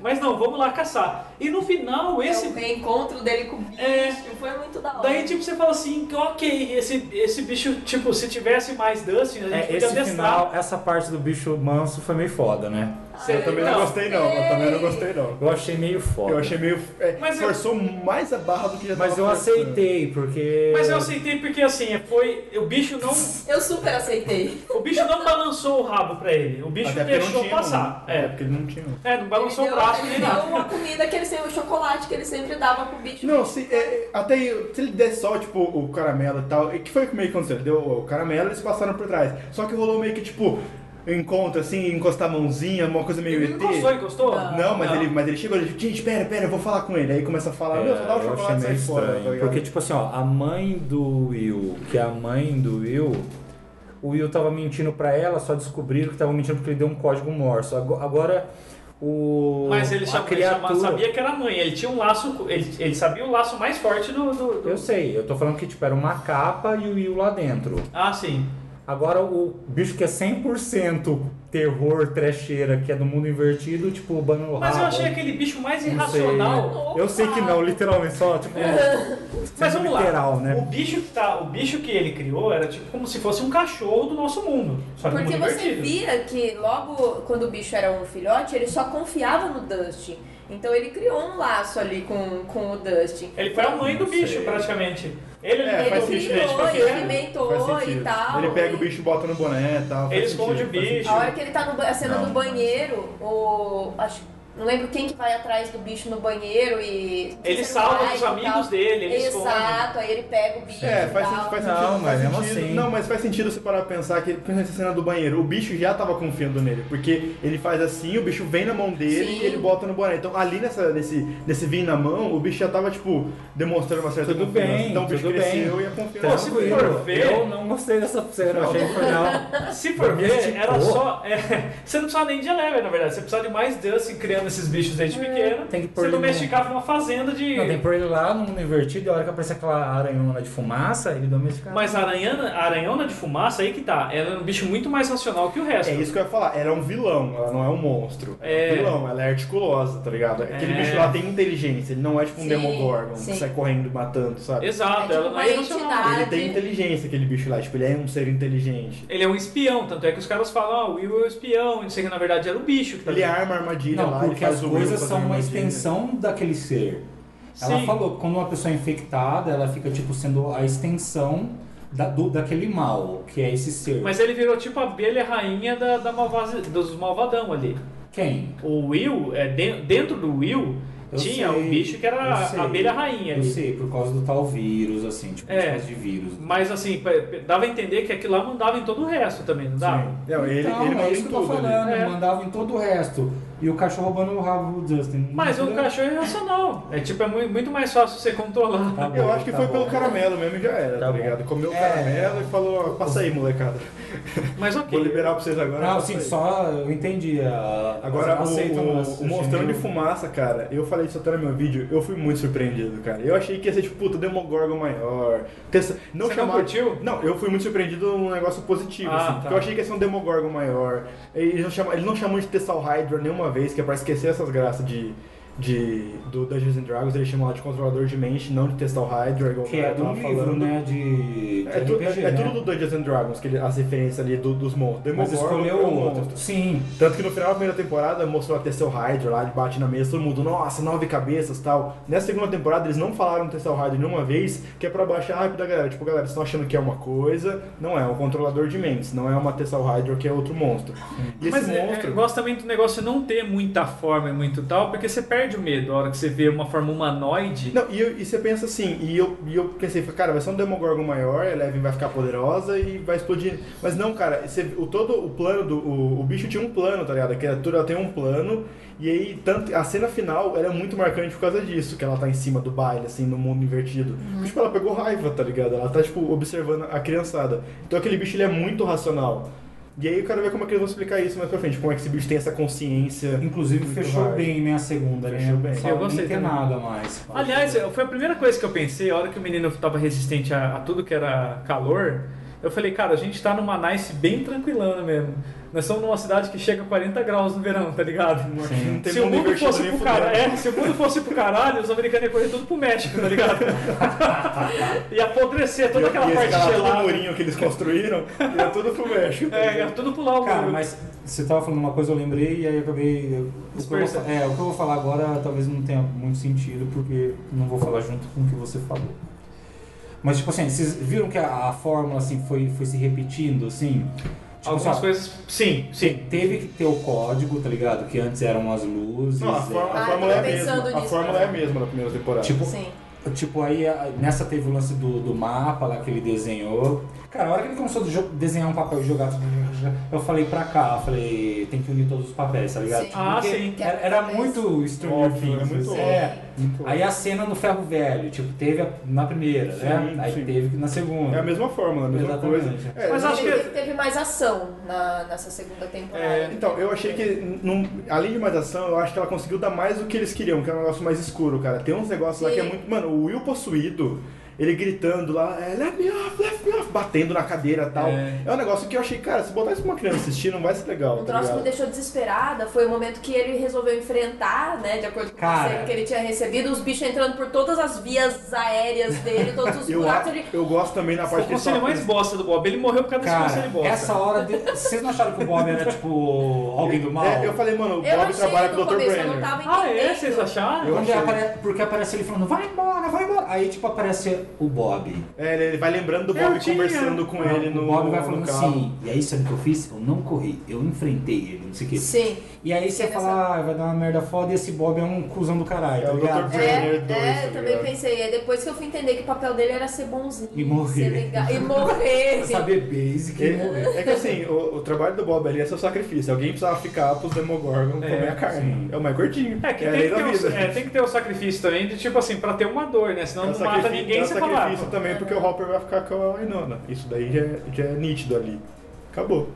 Mas não, vamos lá caçar. E no final, esse. Esse É reencontro dele com o bicho É. foi muito da hora. Daí, tipo, você fala assim, que ok, esse, esse bicho, tipo, se tivesse mais Dustin, a gente É, podia esse testar. final, essa parte do bicho manso foi meio foda, né? Você- Eu também não, gostei, não. Eu também não gostei, não. Eu achei meio foda. Eu achei meio. é, Mas eu- forçou mais a barra do que já Mas tava eu forçando. aceitei, porque. Mas eu aceitei porque assim, foi. O bicho não. Eu super aceitei. O bicho não balançou o rabo pra ele. O bicho Até porque não deixou tinha um. passar. Até É. porque ele não tinha. um. É, não balançou Ele o deu- braço nem Ele nada. deu uma comida que ele sempre, o chocolate que ele sempre dava pro bicho. Não, se, é, é, até eu- se ele der só, tipo, o caramelo e tal, e que foi meio que aconteceu? Ele deu o caramelo e eles passaram por trás. Só que rolou meio que, tipo, encontro, assim, encostar a mãozinha, uma coisa meio Ele ET. não encostou, encostou? Não, mas, Ele, mas ele chegou e disse, gente, pera, pera, eu vou falar com ele. Aí começa a falar, É, meu, só dá o eu achei chocolate e meio sai fora, tá estranho. ligado? porque, tipo assim, ó, a mãe do Will, que é a mãe do Will, o Will tava mentindo pra ela, só descobriram que tava mentindo porque ele deu um código morso. Ago- Agora o Mas ele, a chama, ele chama- sabia que era a mãe, ele tinha um laço, ele, ele sabia o laço mais forte do. do- do- Eu sei, eu tô falando que tipo, era uma capa e o Will lá dentro. Ah, sim. Agora o bicho que é 100% terror, trecheira, que é do mundo invertido, tipo, bando no Mas eu rabo. achei aquele bicho mais Não sei. irracional. Eu sei que não, literalmente, só, tipo, É. Mas sendo vamos lá. literal, O né? bicho que tá, o bicho que ele criou era tipo como se fosse um cachorro do nosso mundo, só Tá que Porque muito você divertido. via que logo quando o bicho era um filhote, ele só confiava no Dusty. Então ele criou um laço ali com, com o Dusty. Ele foi a mãe do Não bicho, sei. praticamente. Ele É, alimentou faz o bicho tipo, desde sentido, criou, ele pequeno. Faz alimentou sentido. e tal. Ele pega o bicho e bota no boné e tal. faz Ele esconde sentido, o faz bicho. sentido. A hora que ele tá no, ba- a cena Não, do mas- banheiro, o. Acho, não lembro quem que vai atrás do bicho no banheiro e. Ele você salva vai os e tal. amigos dele, ele esconde. Exato, aí ele pega o bicho. É, e faz, tal. sen- faz Não, sentido. mas faz mesmo sentido. assim. Não, mas faz sentido você parar pra pensar que, principalmente essa cena do banheiro, o bicho já tava confiando nele. Porque ele faz assim, o bicho vem na mão dele Sim. e ele bota no boné. Então ali nessa, nesse, nesse vir na mão, o bicho já tava, tipo, demonstrando uma certa Tudo confiança. bem, então o bicho tudo cresceu bem. e a confiança. Pô, se Tranquilo, for ver- eu não gostei dessa cena, eu achei que foi não. Se for ver, Domesticou. era só. é, você não precisa nem de Eleven, na verdade. Você precisa de mais Dusty criando esses bichos desde É. pequeno. Tem que pôr você ele no- domesticava uma fazenda de. Não, tem por ele lá no mundo invertido, e a hora que aparece aquela aranhona de fumaça, ele domesticava. Mas a aranhana, a aranhona de fumaça, aí que tá. Ela é um bicho muito mais racional que o resto. É isso que eu ia falar, ela é um vilão, ela não é um monstro. Ela É. um vilão, ela é articulosa, tá ligado? Aquele É. bicho lá tem inteligência, ele não é tipo um Sim, Demogorgon sim. que sai correndo matando, sabe? Exato, É ela tipo não é uma racional. entidade. Ele tem inteligência, aquele bicho lá, tipo, ele é um ser inteligente. Ele é um espião, tanto é que os caras falam, ah, o Will é o espião, não sei que na verdade era o bicho que tá Tipo, Ele é ali. arma a armadilha Não, lá, ele porque faz as o coisas Will são fazer uma armadilha. extensão daquele ser. Ela Sim. falou que quando uma pessoa é infectada, ela fica tipo sendo a extensão da, do, daquele mal, que é esse ser. Mas ele virou tipo a abelha rainha da, da malvaz- dos malvadão ali. Quem? O Will, é, de- dentro do Will, Eu tinha sei, um bicho que era eu sei, a abelha rainha Eu ali. sei, por causa do tal vírus, assim, tipo, É. por causa de vírus. Mas assim, pe- pe- dava a entender que aquilo lá mandava em todo o resto também, não dava? Sim. Não, ele, então, ele é manda isso em que eu tô tudo. né? ali. falando, É. mandava em todo o resto. E o cachorro roubando o rabo do Justin. Mas o Entendeu? cachorro é irracional. É tipo, é mu- muito mais fácil você controlar. Tá bom, Eu acho que tá foi bom. pelo caramelo mesmo e já era, Tá tá, bom. ligado? Comeu o É. caramelo e falou, ó, passa aí, molecada. Mas Vou ok. liberar pra vocês agora. Não, passa sim, aí. só eu entendi. A... Agora, o, Eles aceitam, o, mas o eu monstrão de achei meio- fumaça, cara, eu falei isso até no meu vídeo, eu fui muito surpreendido, cara. Eu achei que ia ser, tipo, puta, Demogorgon maior. Tessa- Não Você não chamava- curtiu? Não, eu fui muito surpreendido num negócio positivo, Ah, assim. tá. Porque eu achei que ia ser um Demogorgon maior. Ele não, chama, ele não chamou de Tessal Hydra nenhuma vez, que é pra esquecer essas graças de... De, do Dungeons and Dragons, ele chama lá de controlador de mente, não de Tessal Hydra, igual Que o é cara do tava livro, falando. né? De. É, de tu- RPG, é- é né? tudo do Dungeons and Dragons, que ele, as referências ali do- dos monstros. Mas Demogorgon é escolheu um outro. monstro. Sim. Tanto que no final da primeira temporada mostrou a Tessel Hydra lá, ele bate na mesa, todo mundo, nossa, nove cabeças tal. Nessa segunda temporada eles não falaram Tessel Hydra nenhuma vez, que é pra baixar rápido a galera. Tipo, galera, vocês estão achando que é uma coisa, não é, é um controlador de mentes, não é uma Tessel Hydra que é outro monstro. E esse Mas é- é, monstro. eu gosto também do negócio de não ter muita forma e muito tal, porque você perde o medo a hora que você vê uma forma humanoide. Não, e, eu- e você pensa assim, e eu, e eu pensei, falei, cara, vai ser um Demogorgon maior, a Eleven vai ficar poderosa e vai explodir. Mas não, cara, você- o, todo o plano do. O, o bicho tinha um plano, tá ligado? A criatura ela tem um plano, e aí tanto, a cena final ela é muito marcante por causa disso, que ela tá em cima do baile, assim, no mundo invertido. Uhum. Tipo, ela pegou raiva, tá ligado? Ela tá, tipo, observando a criançada. Então aquele bicho ele é muito racional. E aí eu quero ver como é que eles vão explicar isso mais pra frente, como é que esse bicho tem essa consciência. Inclusive Muito fechou hard. bem, né? A segunda, né? Fechou bem. Não Eu precisava gostei nem ter também. nada mais. Aliás, eu- foi a primeira coisa que eu pensei, a hora que o menino tava resistente a, a tudo que era calor, eu falei, cara, a gente tá numa nice bem tranquilona mesmo. Nós somos numa cidade que chega a 40 graus no verão, tá ligado? Não tem Se o, mundo mundo invertido fosse nem pro fudendo. cara... é, se o mundo fosse pro caralho, os americanos iam correr tudo pro México, tá ligado? e apodrecer É toda E- aquela e parte escalar todo o gelada. murinho que eles construíram, ia tudo pro México. tá É, ligado? ia tudo pular o Cara, muro. mas você tava falando uma coisa, eu lembrei e aí eu acabei. eu- O que eu, vou, Dispersa. fa- é, o que eu vou falar agora talvez não tenha muito sentido, porque não vou falar junto com o que você falou. Mas, tipo assim, vocês viram que a, a fórmula assim, foi, foi se repetindo, assim? Tipo, Algumas assim, ó, coisas. Sim, sim. Teve que ter o código, tá ligado? Que antes eram as luzes. Não, a, forma- a é, Ah, fórmula é a eu tô pensando mesma. A nisso fórmula é também. a mesma da primeira temporada. Tipo, Sim. Tipo, aí a- nessa teve o lance do, do mapa lá que ele desenhou. Cara, a hora que ele começou a jo- desenhar um papel e jogar, eu falei pra cá, eu falei, tem que unir todos os papéis, tá ligado? Sim. Tipo, Ah, porque sim. Era, era muito Stranger Óbvio, Things. era muito assim. óbvio. É. Aí a cena no ferro velho, tipo, teve a- na primeira, né? Sim, Aí sim. teve na segunda. É a mesma fórmula, a mesma Exatamente. coisa. É, Mas eu- acho que- Teve, teve mais ação na- nessa segunda temporada. é, então, eu achei que, num- além de mais ação, eu acho que ela conseguiu dar mais do que eles queriam, que é um negócio mais escuro, cara. Tem uns negócios lá que é Sim. muito. Mano, o Will possuído, ele gritando lá, é, let me off, let me off, batendo na cadeira e tal. É. É. um negócio que eu achei, cara, se botar isso pra uma criança assistir, não vai ser legal. O tá troço que me ligado? deixou desesperada foi o momento que ele resolveu enfrentar, né? De acordo com Cara. o conselho que ele tinha recebido, os bichos entrando por todas as vias aéreas dele, todos os eu, buracos. a- Ele... eu gosto também na é O parte é que ele conselho fala- mais bosta do Bob. Ele morreu por causa desse Cara, conselho bosta. essa hora. De... Vocês não acharam que o Bob era tipo alguém do mal? É, eu falei, mano, o Eu Bob achei trabalha que com no o Dr. começo eu Brenner. não tava entendendo. Ah, é? Vocês acharam? Eu Quando achei. apare- Porque aparece ele falando, vai embora, vai embora. Aí, tipo, aparece o Bob. É, ele- ele vai lembrando do Eu Bob tinha. conversando com ele no. o Bob vai no falando carro. assim, e aí sabe o que eu fiz? Eu não corri, eu enfrentei ele, não sei o é que. Sim. E aí você Fiquei fala, ah, vai dar uma merda foda e esse Bob é um cuzão do caralho, É tá o ligado? Dr. É, Brenner dois, é, tá eu também ligado? pensei. É depois que eu fui entender que o papel dele era ser bonzinho. E morrer. Ser legal, e morrer. Saber basic né? e Ele- morrer. é que assim, o, o trabalho do Bob ali é seu sacrifício. Alguém precisava ficar pros Demogorgon É, comer a carne. sim. É o mais gordinho. É que, a tem, lei que da ter vida. o, é, tem que ter o sacrifício também de, tipo assim, pra ter uma dor, né? Senão É um não mata sacrifício- ninguém é um você "Ah, falar. sacrifício também, porque o Hopper vai ficar com a Winona. Isso daí já, é- já é nítido ali. Acabou.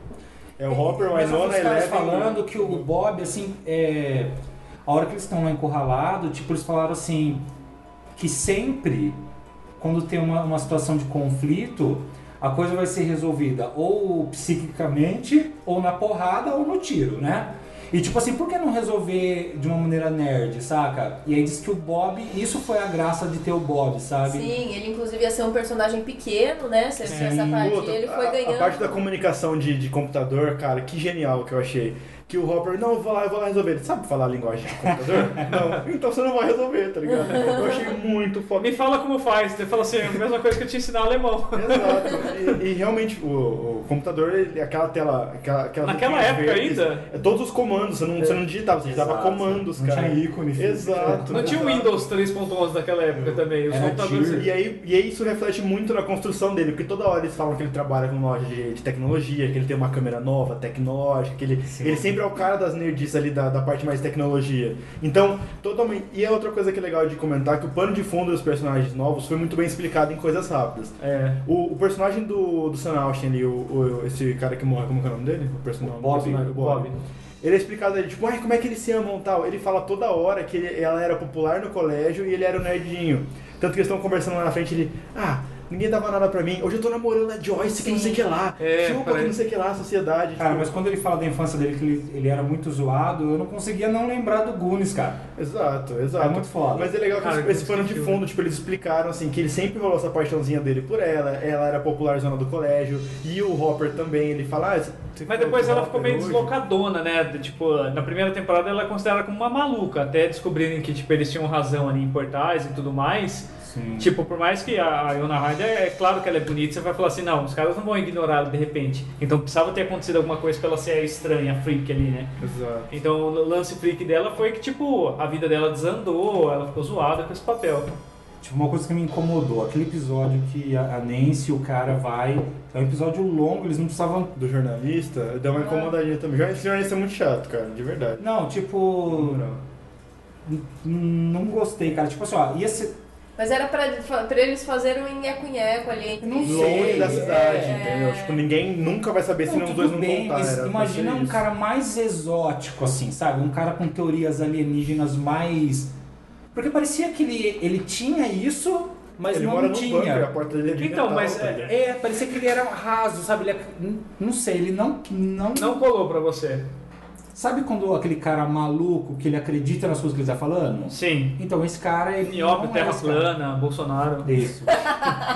É o Hopper, o Mas eu vi Winona, os a caras Eleven... falando que o Bob, assim, é... A hora que eles estão lá encurralados, tipo, eles falaram assim, que sempre, quando tem uma, uma situação de conflito, a coisa vai ser resolvida ou psiquicamente, ou na porrada, ou no tiro, né? E tipo assim, por que não resolver de uma maneira nerd, saca? E aí diz que o Bob, isso foi a graça de ter o Bob, sabe? Sim, ele inclusive ia ser um personagem pequeno, né? Você tinha essa parte. Puta, e ele foi a- ganhando. A, parte da comunicação de, de computador, cara, que genial que eu achei. Que o Hopper, não, eu vou lá, eu vou lá resolver. Ele sabe falar a linguagem de computador? não. Então você não vai resolver, tá ligado? Eu achei muito foda. Me fala como faz. Você fala assim, a mesma coisa que eu te ensinar alemão. Exato. E, e realmente, o, o computador, ele- é aquela tela. Aquela, aquela Naquela luzinha época verde, ainda? é Todos os comandos, você não, você não digitava, você digitava Exato. comandos, Não cara. tinha ícone físico. Exato. Não tinha um o exato. Windows 3.11 daquela época também. Os Era computadores. tier. E aí, e aí isso reflete muito na construção dele, porque toda hora eles falam que ele trabalha com loja de, de tecnologia, que ele tem uma câmera nova, tecnológica, que ele, ele sempre é o cara das nerdices ali da, da parte mais tecnologia. Então, totalmente. E é outra coisa que é legal de comentar, que o pano de fundo dos personagens novos foi muito bem explicado em coisas rápidas. É. O, o personagem do, do Sam Austin ali, o, o- esse cara que morre, como que é o nome dele? O personagem. O Bob. personagem, o Bob. Ele é explicado ali, tipo, ai, como é que eles se amam e tal. Ele fala toda hora que ele- ela era popular no colégio e ele era o nerdinho. Tanto que eles estão conversando lá na frente, ele, ah, ninguém dava nada pra mim, hoje eu tô namorando a Joyce, que não sei o que lá, É, chupa, que parece. não sei o que lá, sociedade. Cara, tipo, mas quando ele fala da infância dele que ele, ele era muito zoado, eu não conseguia não lembrar do Goonies, cara. Exato, exato. É muito foda. Mas é legal que Cara, esse, esse que pano de filme. fundo, tipo, eles explicaram assim que ele sempre rolou essa paixãozinha dele por ela, ela era popular zona do colégio, e o Hopper também, ele fala, ah, você- você Mas falou depois do ela Hopper ficou meio hoje? deslocadona, né? De, Tipo, na primeira temporada ela é considerada como uma maluca, até descobrirem que tipo, eles tinham razão ali em portais e tudo mais. Sim. Tipo, por mais que a a Iona Hyde, é claro que ela é bonita, você vai falar assim, não, os caras não vão ignorar ela de repente. Então precisava ter acontecido alguma coisa pra ela ser a estranha, a freak ali, né? Exato. Então o lance freak dela foi que, tipo, a vida dela desandou, ela ficou zoada com esse papel. Tipo, uma coisa que me incomodou, aquele episódio que a, a Nancy e o cara vai. É um episódio longo, eles não precisavam. Do jornalista, Ah. deu uma incomodadinha também. Jornal- Esse jornalista é muito chato, cara, de verdade. Não, tipo. Não. n- Não gostei, cara. Tipo assim, ó, ia ser. Mas era pra, pra eles fazerem um nheco-nheco ali. entre Não eles. Longe sei, da cidade, é. entendeu? Tipo, ninguém nunca vai saber se não, os tudo dois não bem, contaram. mas era pra imagina ser um isso. cara mais exótico, assim, sabe? Um cara com teorias alienígenas mais. Porque parecia que ele, ele tinha isso, mas Ele não mora num tinha. bunker, a porta dele é de Então, metal, mas tá é- ligado? É, parecia que ele era raso, sabe? Ele é- n- não sei, ele não, não. Não colou pra você. Sabe quando aquele cara maluco que ele acredita nas coisas que ele tá falando? Sim. Então esse cara ele Nióbio, não é Terra esse cara. Plana, Bolsonaro. Isso.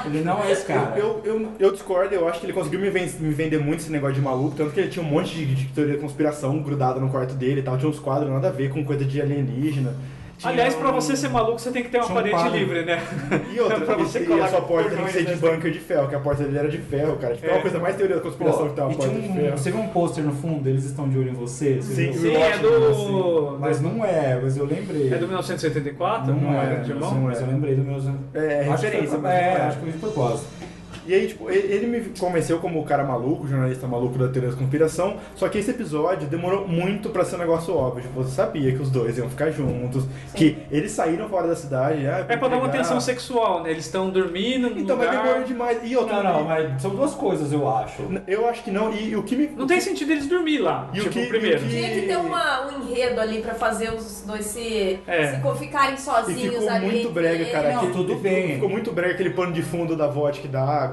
ele não é esse cara. Eu, eu, eu discordo, eu acho que ele conseguiu me, ven- me vender muito esse negócio de maluco, tanto que ele tinha um monte de, de teoria da conspiração grudada no quarto dele e tal, tinha uns quadros nada a ver com coisa de alienígena. Tinha Aliás, pra um- você ser maluco, você tem que ter uma Tinha um parede quadro. livre, né? E outra, pra você e, e colar a sua porta tem que cordões, ser de né? bunker de ferro, que a porta dele era de ferro, cara. Tipo, é É. uma coisa mais teoria da conspiração que Pô, tava a e tinha porta de um, ferro. você viu um pôster no fundo, eles estão de olho em você? Você Sim, viu? sim, é do- Assim. Mas não é, mas eu lembrei. É do 1984? Não, é, é, de não, mão? mas eu lembrei do meu... É, acho que referência, foi, mas é, não é. acho que foi de propósito. E aí, tipo, ele ele me convenceu como o cara maluco, o jornalista maluco da teoria da conspiração, só que esse episódio demorou muito pra ser um negócio óbvio. Tipo, você sabia que os dois iam ficar juntos, que eles saíram fora da cidade. Ah, É pra dar uma pegar. tensão sexual, né? Eles estão dormindo no Então, mas demorou lugar. demais. E outra, Não, não, mas são duas coisas, eu acho. eu acho que não. E, e o que me. Não tem sentido eles dormir lá. E o tipo, que- e o primeiro. que- Tinha que ter uma- um enredo ali pra fazer os dois se, É. se co- ficarem E sozinhos ficou ali. muito entre brega, eles. cara. Não, aquele- tudo ficou- bem. Ficou muito brega aquele pano de fundo da vodka e da água.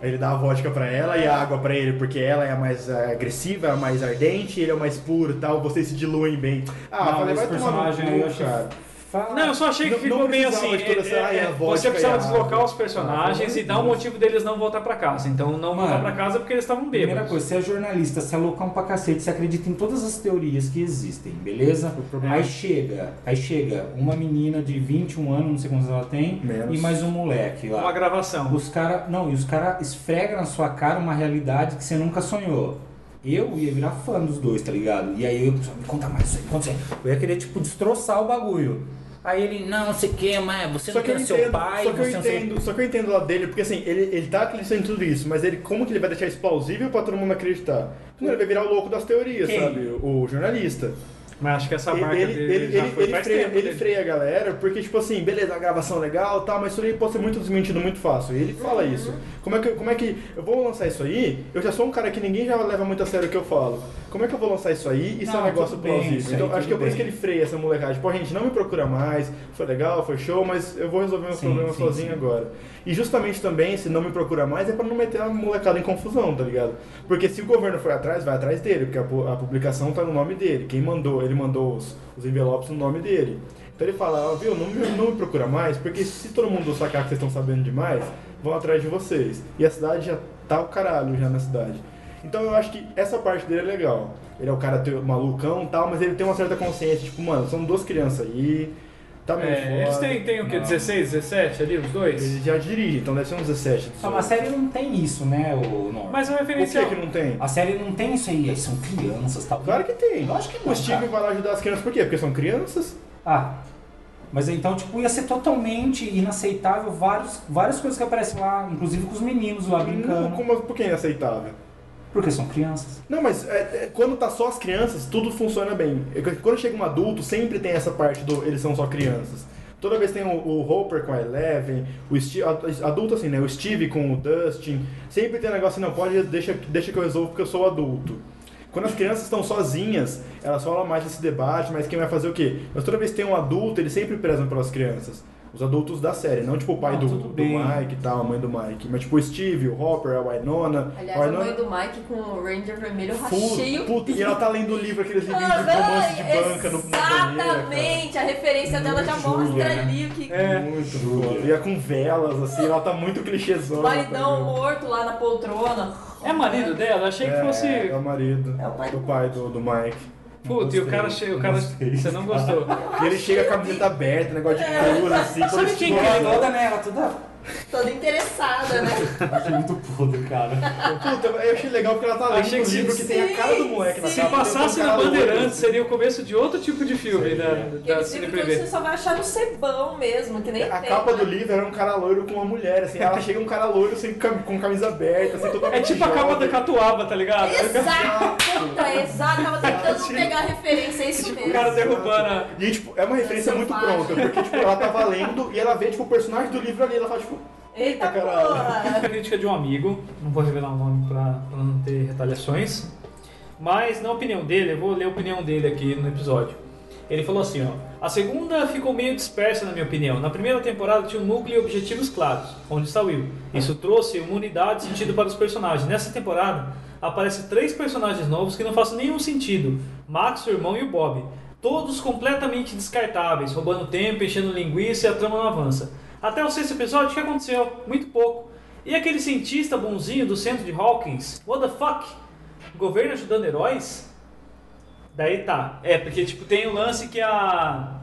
Aí Ele dá a vodka pra ela e a água pra ele, porque ela é a mais eh, agressiva, a mais ardente, ele é o mais puro e tal, vocês se diluem bem. Ah, não, falei, esse vai tomar no personagem aí, eu cu, achei... cara. Fala. Não, eu só achei que Não- ficou não bem precisava assim. de toda essa- é, é, ah, é a vodka você precisava e a deslocar água. os personagens Ah, e dar um motivo deles não voltar pra casa. Então não Mano, voltar pra casa porque eles estavam bêbados. Primeira coisa, você é jornalista, você é loucão pra cacete, você acredita em todas as teorias que existem, beleza? problema- Aí chega, aí chega uma menina de 21 anos, não sei quantos ela tem, Menos. e mais um moleque lá. Uma gravação. Os cara, não, e os caras esfregam na sua cara uma realidade que você nunca sonhou. Eu ia virar fã dos dois, tá ligado? E aí eu, me conta mais isso aí, me conta isso aí. Eu ia querer, tipo, destroçar o bagulho. Aí ele, não, não sei o que, mas você Só não que, eu quer entendo, seu pai, só, que eu você não sei o quê. entendo, só que eu entendo lá dele, porque assim, ele, ele tá acreditando em tudo isso, mas ele como que ele vai deixar isso plausível pra todo mundo acreditar? Não, ele vai virar o louco das teorias, Quem? sabe? O jornalista. Mas acho que essa marca Ele, ele, dele ele, já ele- foi ele faz freia, tempo. né? ele dele. freia a galera, porque, tipo assim, beleza, a gravação é legal tal, mas isso aí pode ser muito desmentido muito fácil. E ele fala isso. Como é, que, como é que eu vou lançar isso aí? Eu já sou um cara que ninguém já leva muito a sério o que eu falo. Como é que eu vou lançar isso aí? Isso é um Não, negócio tudo bem, isso plausível. aí, Então, acho tudo que é por isso que bem. ele freia essa molecagem. Pô, gente, não me procura mais, foi legal, foi show, mas eu vou resolver meus Sim, problemas sim, sozinho sim. agora. E justamente também, se não me procura mais, é pra não meter a molecada em confusão, tá ligado? Porque se o governo for atrás, vai atrás dele, porque a, pu- a publicação tá no nome dele. Quem mandou, ele mandou os, os envelopes no nome dele. Então ele fala, ó, viu, não me, não me procura mais, porque se todo mundo sacar que vocês estão sabendo demais, vão atrás de vocês. E a cidade já tá o caralho já na cidade. Então eu acho que essa parte dele é legal. Ele é o cara teu- malucão e tal, mas ele tem uma certa consciência, tipo, mano, são duas crianças aí, tá meio É, eles foda. têm, têm o quê? Não. 16, 17 ali, os dois? Ele já dirige, então deve ser uns 17. Ah, mas a 18. série não tem isso, né, o Norman? Mas é uma Por referência. que, que não tem? A série não tem isso aí, aí são crianças e tal. Claro que tem. Lógico que não, O Steve cara. vai lá ajudar as crianças por quê? Porque são crianças? Ah, mas então, tipo, ia ser totalmente inaceitável vários, várias coisas que aparecem lá, inclusive com os meninos lá Tá brincando. Não, como, por que é inaceitável? Porque são crianças. Não, mas é, é, quando tá só as crianças, tudo funciona bem. É que Quando chega um adulto, sempre tem essa parte do eles são só crianças. Toda vez tem o, o Hopper com a Eleven, o Steve, adulto assim, né? O Steve com o Dustin. Sempre tem um negócio assim, não, pode, deixa, deixa que eu resolvo porque eu sou adulto. Quando as crianças estão sozinhas, elas falam mais desse debate, mas quem vai fazer o quê? Mas toda vez que tem um adulto, eles sempre prezam pelas crianças. Os adultos da série, não tipo o pai Ah, Não, do, tudo do bem. Mike e tal, a mãe do Mike. Mas tipo o Steve, o Hopper, a Winona. Aliás, Winona- a mãe do Mike com o Ranger Vermelho, eu Puta, rachei o puta, e ela tá lendo o livro, aqueles livrinhos de Caralho, romance de banca no no banheiro, Exatamente, a referência dela já Júlia, mostra né? ali o que. cara. Muito foda. E é com velas, assim, ela tá muito clichêzona. Maridão tá ligado? morto lá na poltrona. É marido dela? Achei que fosse. É, é o marido. É o pai do- do pai do, do Mike. Puta, e o cara chega. O cara... Gostei. Você não gostou. E ele chega com a camiseta aberta, negócio de couro, assim, todo Sabe quem que escuro. é igual Toda nela, toda. Toda interessada, né? Achei Tá muito podre, cara. Puta, eu achei legal porque ela tá lendo Achei um que livro sim, que tem a cara do moleque na Se capa, tem passasse uma na cara do outro. Bandeirantes, seria o começo de outro tipo de filme da, da Aquele Cine livro que você Privé. só vai achar no cebão mesmo, que nem A tem, capa né? do livro era um cara loiro com uma mulher, assim, ela chega um cara loiro assim, com cam- com camisa aberta, assim, totalmente É tipo a capa da jovem. Catuaba, tá ligado? Exato, puta, exato, tava tentando pegar a referência, é isso Tipo, O mesmo. cara derrubando a. E, tipo, é uma referência muito Selvagem. pronta, porque, tipo, ela tá valendo e ela vê, tipo, o personagem do livro ali, ela fala, tipo, Eita caralho. porra! A crítica de um amigo, não vou revelar o nome pra, pra não ter retaliações, mas na opinião dele, eu vou ler a opinião dele aqui no episódio. Ele falou assim, ó, a segunda ficou meio dispersa na minha opinião. Na primeira temporada tinha um núcleo e objetivos claros, onde está o Will. Isso trouxe uma unidade e sentido para os personagens. Nessa temporada aparecem três personagens novos que não fazem nenhum sentido: Max, o irmão e o Bob. Todos completamente descartáveis, roubando tempo, enchendo linguiça e a trama não avança. Até o sexto episódio, o que aconteceu? Muito pouco. E aquele cientista bonzinho do centro de Hawkins? What the fuck? Governo ajudando heróis? Daí tá. É, porque tipo, tem o lance que a.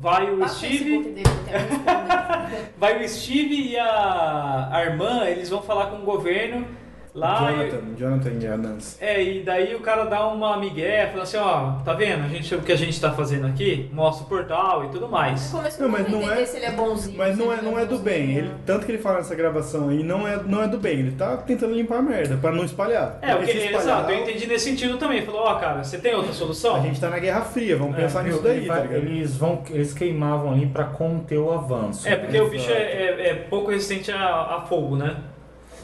vai o Passa o Facebook Steve, dele, que é muito bom, né? vai o Steve e a, a irmã, eles vão falar com o governo lá. e- Jonathan, Jonathan e a Nancy. É, e daí o cara dá uma migué, fala assim, ó, tá vendo? A gente, o que a gente tá fazendo aqui, mostra o portal e tudo mais. Começou Não, a mas não entender é- se ele é bonzinho. Mas se não é, ele não é do bem. Ele, tanto que ele fala nessa gravação aí, não é, não é do bem. Ele tá tentando limpar a merda, pra não espalhar. É, o Porque que se ele, espalhar, exato, eu entendi nesse sentido também. Falou, ó, cara, você tem outra solução? A gente tá na Guerra Fria, vamos É, pensar nisso daí, Ele tá vai- ligado? eles, vão, eles queimavam ali pra conter o avanço. É, né? porque o bicho é, é- é pouco resistente a, a fogo, né?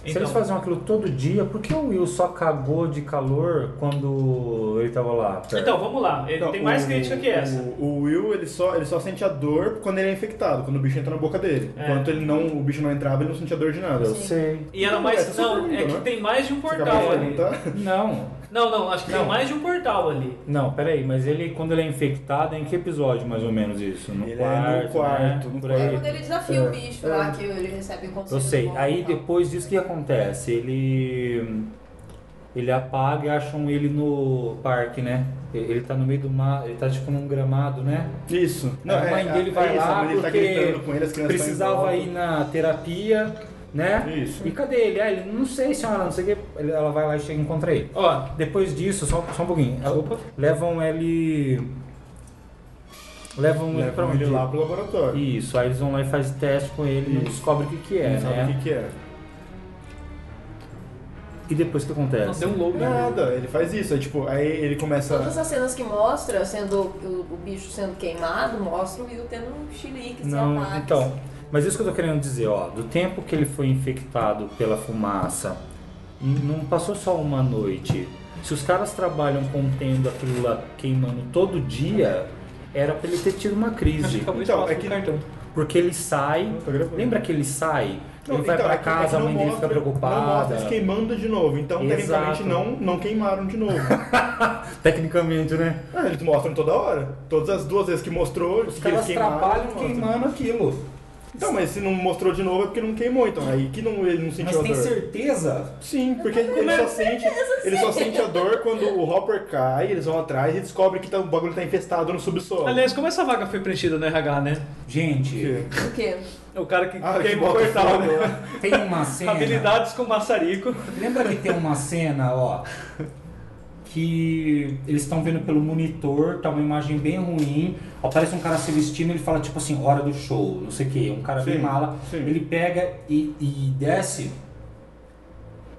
Se então. eles faziam aquilo todo dia, por que o Will só cagou de calor quando ele tava lá? perto? então, vamos lá. Ele Não, tem mais o- crítica que o- essa. O Will, ele só, ele só sente a dor quando ele é infectado, quando o bicho entra na boca dele. É. Enquanto ele não, o bicho não entrava, ele não sentia dor de nada. eu sei. E era Não, mais. essa é Não, super é linda, que né? tem mais de um Você acabou de portal ali. perguntar? Não, Não, não, acho que tem Não. mais de um portal ali. não, peraí, mas ele, quando ele é infectado, é em que episódio mais ou menos isso? No Ele quarto, é no quarto, né? no Por É aí. quando ele desafia o É, bicho é. lá que ele recebe o conselho. Eu sei. do Aí local. depois disso o que acontece? Ele. Ele apaga e acham ele no parque, né? Ele tá no meio do mar, ele tá tipo num gramado, né? Isso. É, a mãe dele vai isso, a lá mãe dele tá porque gritando com ele, as crianças precisava ir na terapia, né? Isso. E cadê ele? Ah, ele não sei, senhora, não sei o que. Ele- Ela vai lá e chega e encontra ele. Ó, Depois disso, só, só um pouquinho. Ela- Levam ele. Levam, ele pra Levam onde? ele lá pro laboratório. Isso, aí eles vão lá e fazem teste com ele e não Isso. descobrem o que, que é, não sabe né? o que que é. E depois o que não acontece? deu um load. Nada, ele faz isso. Aí, tipo, aí ele começa... Todas as cenas que mostra sendo o, o bicho sendo queimado, mostra o Will tendo um chilique, Não, ataques. então. Mas isso que eu tô querendo dizer, ó, do tempo que ele foi infectado pela fumaça, n- não passou só uma noite. Se os caras trabalham contendo aquilo lá queimando todo dia, era pra ele ter tido uma crise. Acabou Então, então, é é que- cartão. Porque ele sai. Não, tá gravando. Lembra que ele sai? Não, ele vai então, pra é que- é que casa, a não mãe dele fica mostra- Não mostra preocupada. eles queimando de novo. Então, Exato. tecnicamente, não, não queimaram de novo. Tecnicamente, né? Ah, eles mostram toda hora. Todas as duas vezes que mostrou, Os caras trabalham queimando aquilo. Então, mas se não mostrou de novo é porque não queimou, então. Aí que não, ele não Mas sentiu tem a dor. certeza? Sim, porque ele só, sente, ele assim. só sente a dor quando o Hopper cai, eles vão atrás e descobrem que tá- o bagulho tá infestado no subsolo. Ah, Aliás, como essa vaga foi preenchida no RH, né? É Gente, Que- O quê? O cara que Ah, que queimou o bota portal. fogo né? lá. tem uma cena. Habilidades com maçarico. Lembra que tem uma cena, ó, que eles estão vendo pelo monitor, tá uma imagem bem ruim, aparece um cara se vestindo, ele fala tipo assim, hora do show, não sei o que, um cara bem Sim, mala, sim. ele pega e, e desce,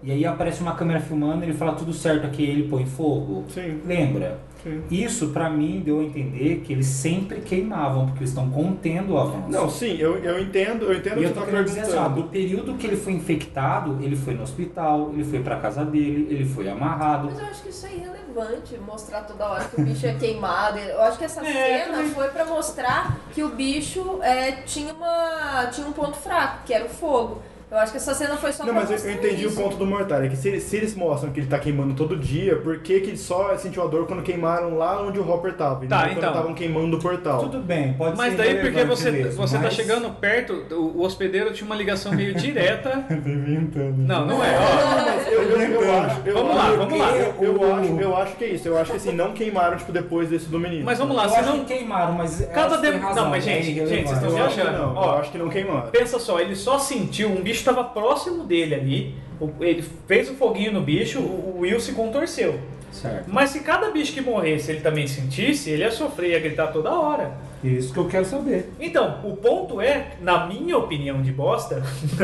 e aí aparece uma câmera filmando, ele fala tudo certo aqui, ele põe fogo. Sim. Lembra? Sim. Isso pra mim deu a entender que eles sempre queimavam, porque eles estão contendo o avanço. Não, sim, eu, eu entendo, eu entendo o que E eu você tô tá querendo dizer assim, ó, do perguntando. período que ele foi infectado, ele foi no hospital, ele foi pra casa dele, ele foi amarrado. Mas eu acho que isso é irrelevante, mostrar toda hora que o bicho é queimado. Eu acho que essa É, cena foi pra mostrar que o bicho é, tinha, uma, tinha um ponto fraco, que era o fogo. Eu acho que essa cena foi só Não, pra mas eu, eu mostrar entendi isso. o ponto do Mortário, é que se, eles- se eles mostram que ele tá queimando todo dia, por que que ele só sentiu a dor quando queimaram lá onde o Hopper tava? e Tá, não quando então. estavam queimando o portal. Tudo bem, pode Mas ser é daí porque irrelevante você, mesmo, você tá mas- chegando perto, o, o hospedeiro tinha uma ligação meio direta. Tô inventando. Não, não é. ó. Eu, eu- eu acho, eu Vamos lá, acho- vamos lá. Eu, eu acho, eu acho que é isso. Eu acho que assim, não queimaram, tipo, depois desse do menino. Mas vamos lá, Eu se acho não que queimaram, mas eu Cada acho que tem dem- razão, não, mas, é gente, irrelevante. gente, vocês estão eu acho que viajando. não, Ó. eu acho que não queimaram. Pensa só, ele só sentiu, um bicho estava próximo dele ali, o- ele fez o foguinho no bicho, o o Will se contorceu. Certo. Mas se cada bicho que morresse ele também sentisse, ele ia sofrer, ia gritar toda hora. Isso que eu quero saber. Então, o ponto é, na minha opinião de bosta,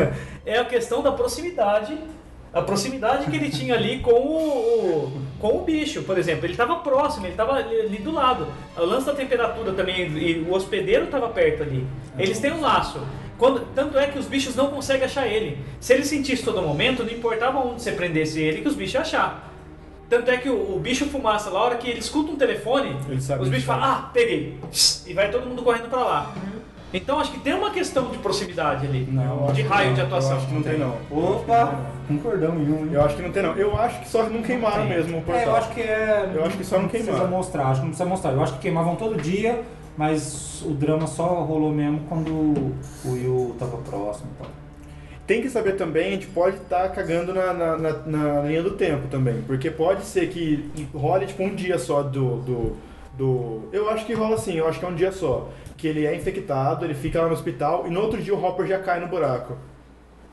é a questão da proximidade. A proximidade que ele tinha ali com o, o- com o bicho, por exemplo. Ele estava próximo, ele estava ali, ali do lado. O lance da temperatura também, e o hospedeiro estava perto ali. Eles têm um laço. Quando- tanto é que os bichos não conseguem achar ele. Se ele sentisse todo momento, não importava onde você prendesse ele, que os bichos iam achar. Tanto é que o, o bicho fumaça, lá, a hora que ele escuta um telefone, Ele sabe os onde bichos tá. falam, ah, peguei. E vai todo mundo correndo pra lá. Então acho que tem uma questão de proximidade ali. de Não, acho que raio não, de atuação. eu acho que não tem, não. Opa! Concordamos em um, hein? Eu acho que não tem, não. Eu acho que só não queimaram mesmo o portal. É, eu acho que é. Eu acho que só não precisa queimaram. mostrar, acho que não precisa mostrar. Eu acho que queimavam todo dia, mas o drama só rolou mesmo quando o Will tava próximo e tal. Tem que saber também, a gente pode estar cagando na, na, na- na linha do tempo também. Porque pode ser que role, tipo, um dia só do, do, do. Eu acho que rola assim, eu acho que é um dia só. Que ele é infectado, ele fica lá no hospital e no outro dia o Hopper já cai no buraco.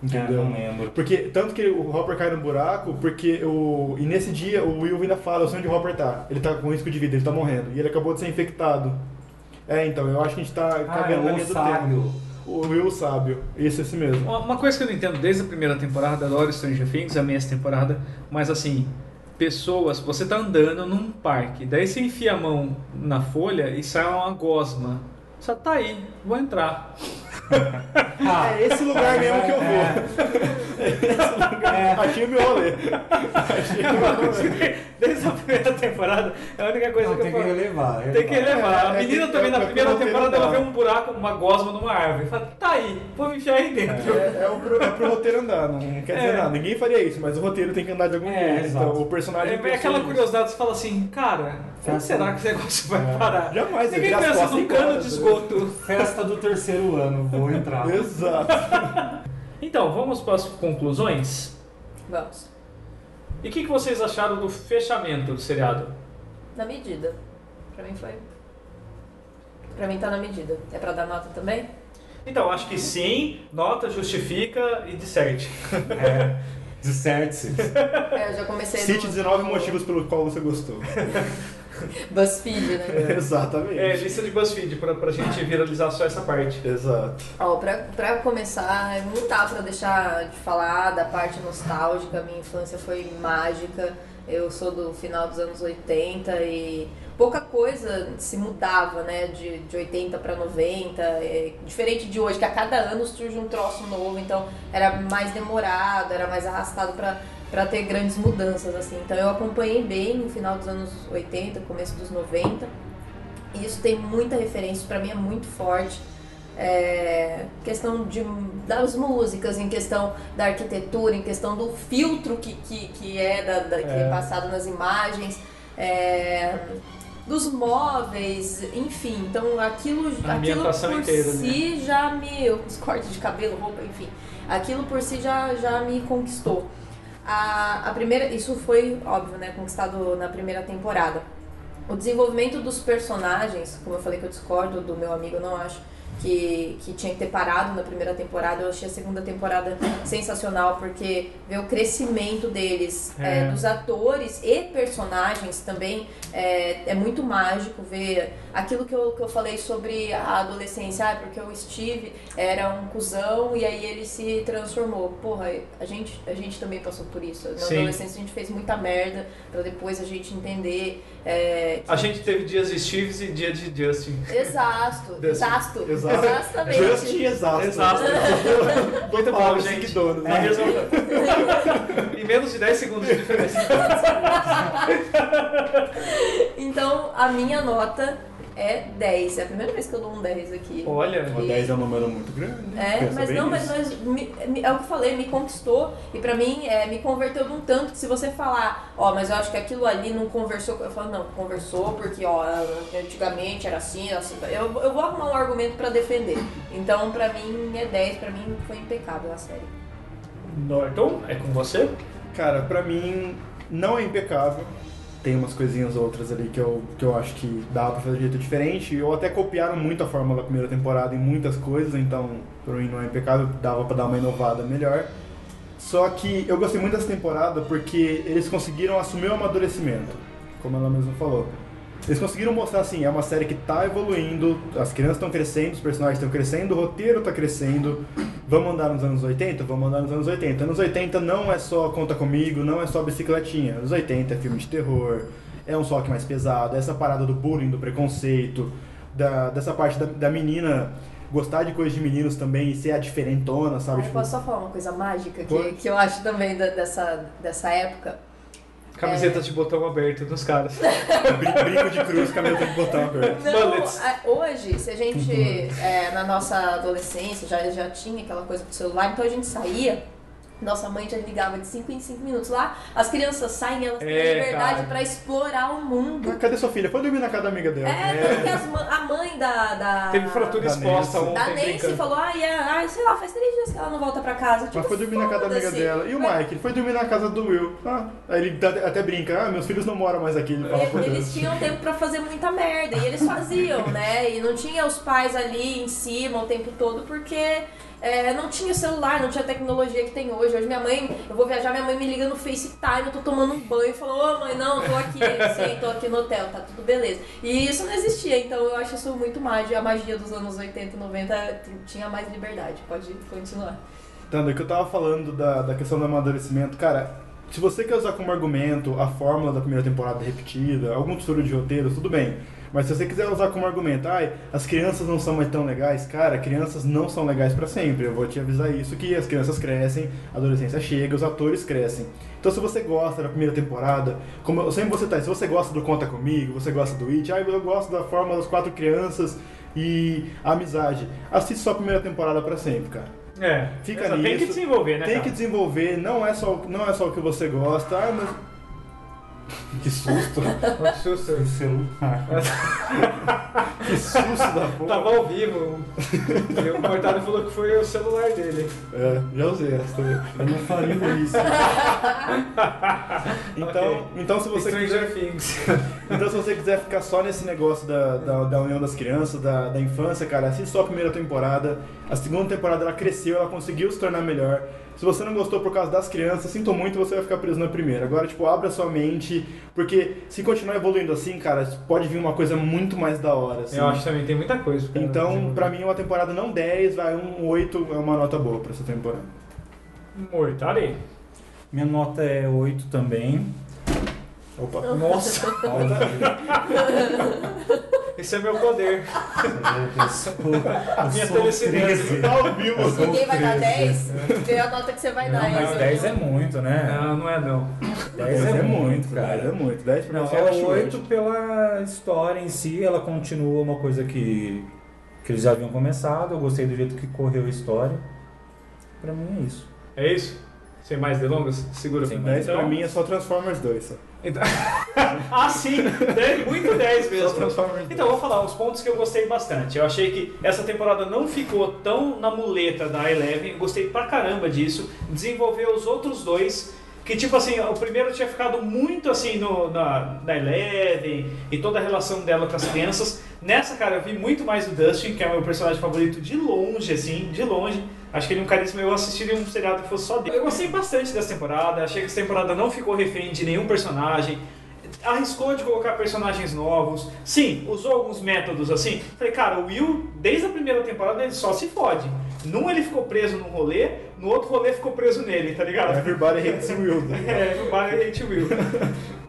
Entendeu? Ah, não lembro. Porque, tanto que o Hopper cai no buraco, porque o. E nesse dia o Will ainda fala, eu sei onde o Hopper tá. Ele tá com risco de vida, ele tá morrendo. E ele acabou de ser infectado. É, então, eu acho que a gente tá Ah, é cabendo na o linha do tempo. sábio. O Will sábio. Isso, esse mesmo. Uma uma coisa que eu não entendo desde a primeira temporada, adoro Stranger Things, amei essa temporada, mas assim, pessoas, você tá andando num parque, daí você enfia a mão na folha e sai uma gosma. Só tá aí, vou entrar. Ah, É esse lugar mesmo que eu vou. é, Achei meu rolê. Achei meu rolê. Desde a primeira temporada, é a única coisa não, que tem eu que falo. relevar. Tem que levar. A É, é, menina tem- também é, na é, primeira é, temporada não ela vê dá. um buraco, uma gosma numa árvore. Fala, tá aí, vou me enfiar aí dentro. É, é o pro, é pro roteiro andar, não quer dizer É. nada. Ninguém faria isso, mas o roteiro tem que andar de algum É, jeito. exato. Então, o personagem. É, pensou é aquela nisso. curiosidade, você fala assim, cara, onde será que esse negócio vai parar? Jamais, Ninguém ele vira as pensa costas né? num e cano corta, de esgoto. Festa do terceiro ano, vou entrar. Exato. Então, vamos para as conclusões? Vamos. E o que, que vocês acharam do fechamento do seriado? Na medida. Pra mim foi. Pra mim tá na medida. É pra dar nota também? Então, acho que sim, nota, justifica e disserte. É, disserte-se. É, eu já comecei. Cite no- 19 motivos pelo qual você gostou. BuzzFeed, né? Exatamente. É, lista de BuzzFeed, pra, pra gente viralizar só essa parte. Exato. Ó, pra, pra começar, não dá pra deixar de falar da parte nostálgica. Minha infância foi mágica. Eu sou do final dos anos 80 e pouca coisa se mudava, né? De, de 80 pra 90. é, diferente de hoje, que a cada ano surge um troço novo. Então era mais demorado, era mais arrastado pra, pra ter grandes mudanças, assim. Então eu acompanhei bem no final dos anos 80, começo dos 90. E isso tem muita referência, isso pra mim é muito forte. É, questão de, das músicas, em questão da arquitetura, em questão do filtro que, que, que, é, da, da- que é passado nas imagens, é, dos móveis, enfim. Então aquilo, A aquilo ambientação por inteira, né? si já me. Os cortes de cabelo, roupa, enfim. Aquilo por si já, já me conquistou. A, a primeira, isso foi óbvio, né? Conquistado na primeira temporada. O desenvolvimento dos personagens, como eu falei que eu discordo do meu amigo, eu não acho que, que tinha que ter parado na primeira temporada. Eu achei a segunda temporada sensacional, porque vê o crescimento deles, É. é, dos atores e personagens também. É, é muito mágico ver aquilo que eu, que eu falei sobre a adolescência, ah, porque o Steve era um cuzão e aí ele se transformou. Porra, a gente, a gente também passou por isso. Na Sim. adolescência a gente fez muita merda pra depois a gente entender. é, A gente teve dias de Steves e dia de Justin. Exato, Desse- exato, exato. exatamente. Just e exato. assim Exato. assim Muito bom, Palavras gente. É seguidoras. Uma resolução. em menos de 10 segundos de diferença. Então a minha nota é 10. É a primeira vez que eu dou um 10 aqui. Olha, Uma 10 é um número muito grande. né? É, pensa mas bem não, mas, nisso. mas me- me- é o que eu falei, me conquistou e pra mim é, me converteu de um tanto que se você falar, ó, mas eu acho que aquilo ali não conversou, com-" eu falo, não, conversou porque, ó, antigamente era assim, era assim. Eu, eu vou arrumar um argumento pra defender. Então pra mim é 10, pra mim foi impecável a série. Norton, é com você? Cara, pra mim não é impecável. Tem umas coisinhas outras ali que eu, que eu acho que dá pra fazer de jeito diferente. Ou até copiaram muito a fórmula da primeira temporada em muitas coisas, então pra mim não é impecável, dava pra dar uma inovada melhor. Só que eu gostei muito dessa temporada porque eles conseguiram assumir o amadurecimento, como ela mesma falou. Eles conseguiram mostrar assim, é uma série que tá evoluindo, as crianças estão crescendo, os personagens estão crescendo, o roteiro tá crescendo. Vamos andar nos anos 80? Vamos andar nos anos 80. Anos 80 não é só Conta Comigo, não é só bicicletinha. Anos 80 é filme de terror, é um soque mais pesado, é essa parada do bullying, do preconceito, da- dessa parte da, da menina gostar de coisas de meninos também e ser a diferentona, Ah, sabe? Tipo, eu posso só falar uma coisa mágica que, Pode. que eu acho também da- dessa, dessa época? Camiseta de botão aberto dos caras. Brin- Brinco de cruz, cabelo de botão aberto. Não, Bullets. a- hoje, se a Uhum. gente, é, na nossa adolescência, já, já tinha aquela coisa do celular, então a gente saía Nossa mãe já ligava de 5 em 5 minutos lá. As crianças saem, elas têm É, liberdade cara. pra explorar o mundo. Ah, Cadê sua filha? Foi dormir na casa da amiga dela. É, porque as ma- a mãe da. da Teve fratura Da exposta Nancy. ontem. da Nancy brincando. falou, ai, é, ai, sei lá, faz três dias que ela não volta pra casa. Tipo, Mas foi dormir na casa da amiga foda-se. dela. E o Mas- Mike? Ele foi dormir na casa do Will. Ah, aí ele até até brinca. Ah, meus filhos não moram mais aqui. Ele fala E- por Eles Deus. tinham tempo pra fazer muita merda e eles faziam, né? E não tinha os pais ali em cima o tempo todo porque é, não tinha celular, não tinha tecnologia que tem hoje. Hoje minha mãe, eu vou viajar, minha mãe me liga no FaceTime, eu tô tomando um banho e fala, ô mãe, não, tô aqui, sim, tô aqui no hotel, tá tudo beleza. E isso não existia, então eu acho isso muito mágico. A magia dos anos 80 e 90 t- tinha mais liberdade, pode continuar. Tanda, é que eu tava falando da, da questão do amadurecimento, cara, se você quer usar como argumento a fórmula da primeira temporada repetida, algum tesouro de roteiro, tudo bem. Mas se você quiser usar como argumento, ai, as crianças não são mais tão legais, cara, crianças não são legais pra sempre. Eu vou te avisar isso, que as crianças crescem, a adolescência chega, os atores crescem. Então se você gosta da primeira temporada, como eu sempre você tá, se você gosta do Conta Comigo, você gosta do It, ai, eu gosto da fórmula das quatro crianças e a amizade, assiste só a primeira temporada pra sempre, cara. É, Fica exato. Tem que nisso. desenvolver, né? Tem cara? que desenvolver, não é só, não é só o que você gosta, ah, mas. Que susto! Olha o susto. O celular. que susto da porra! Tava ao vivo. E o coitado falou que foi o celular dele. É, já usei essa também. Eu não faria isso. então, então, se você quiser, Stranger Things. então, se você quiser ficar só nesse negócio da, da, da união das crianças, da, da infância, cara, assiste só a primeira temporada. A segunda temporada ela cresceu, ela conseguiu se tornar melhor. Se você não gostou por causa das crianças, sinto muito, você vai ficar preso na primeira. Agora, tipo, abra sua mente, porque se continuar evoluindo assim, cara, pode vir uma coisa muito mais da hora. assim. Eu acho também tem muita coisa. cara, Então, desenvolver. pra mim, uma temporada não 10, vai um 8, é uma nota boa pra essa temporada. Morto, olha aí. Minha nota é 8 também. Opa. Nossa! Esse é meu poder. Minha felicidade. Ao vivo. Ninguém vai dar 10, vê a nota que você vai dar. Não, mas hein? 10 é muito, né? Não, não é não. 10 é muito, 10 é cara. muito. 10 pra Não, você é acho 8 pela história em si, ela continua uma coisa que, que eles já haviam começado, eu gostei do jeito que correu a história. Pra mim é isso. É isso? Sem mais delongas? Segura Sem mais 10 pra mim é só Transformers 2. Só, Então- ah, sim! Dez- muito 10 só mesmo. Transformers 2. Então, vou falar os pontos que eu gostei bastante. Eu achei que essa temporada não ficou tão na muleta da Eleven, gostei pra caramba disso. Desenvolveu os outros dois, que tipo assim, o primeiro tinha ficado muito assim no, na, na Eleven e toda a relação dela com as crianças. Nessa, cara, eu vi muito mais o Dustin, que é o meu personagem favorito de longe, assim, de longe. Acho que ele é um carisma, eu assistiria um seriado que fosse só dele. Eu gostei bastante dessa temporada, achei que essa temporada não ficou refém de nenhum personagem arriscou de colocar personagens novos. Sim, usou alguns métodos assim. Falei, cara, o Will, desde a primeira temporada, ele só se fode. Num ele ficou preso num rolê, no outro rolê ficou preso nele, tá ligado? Everybody hates Wilda. É, o Bar Hate Will.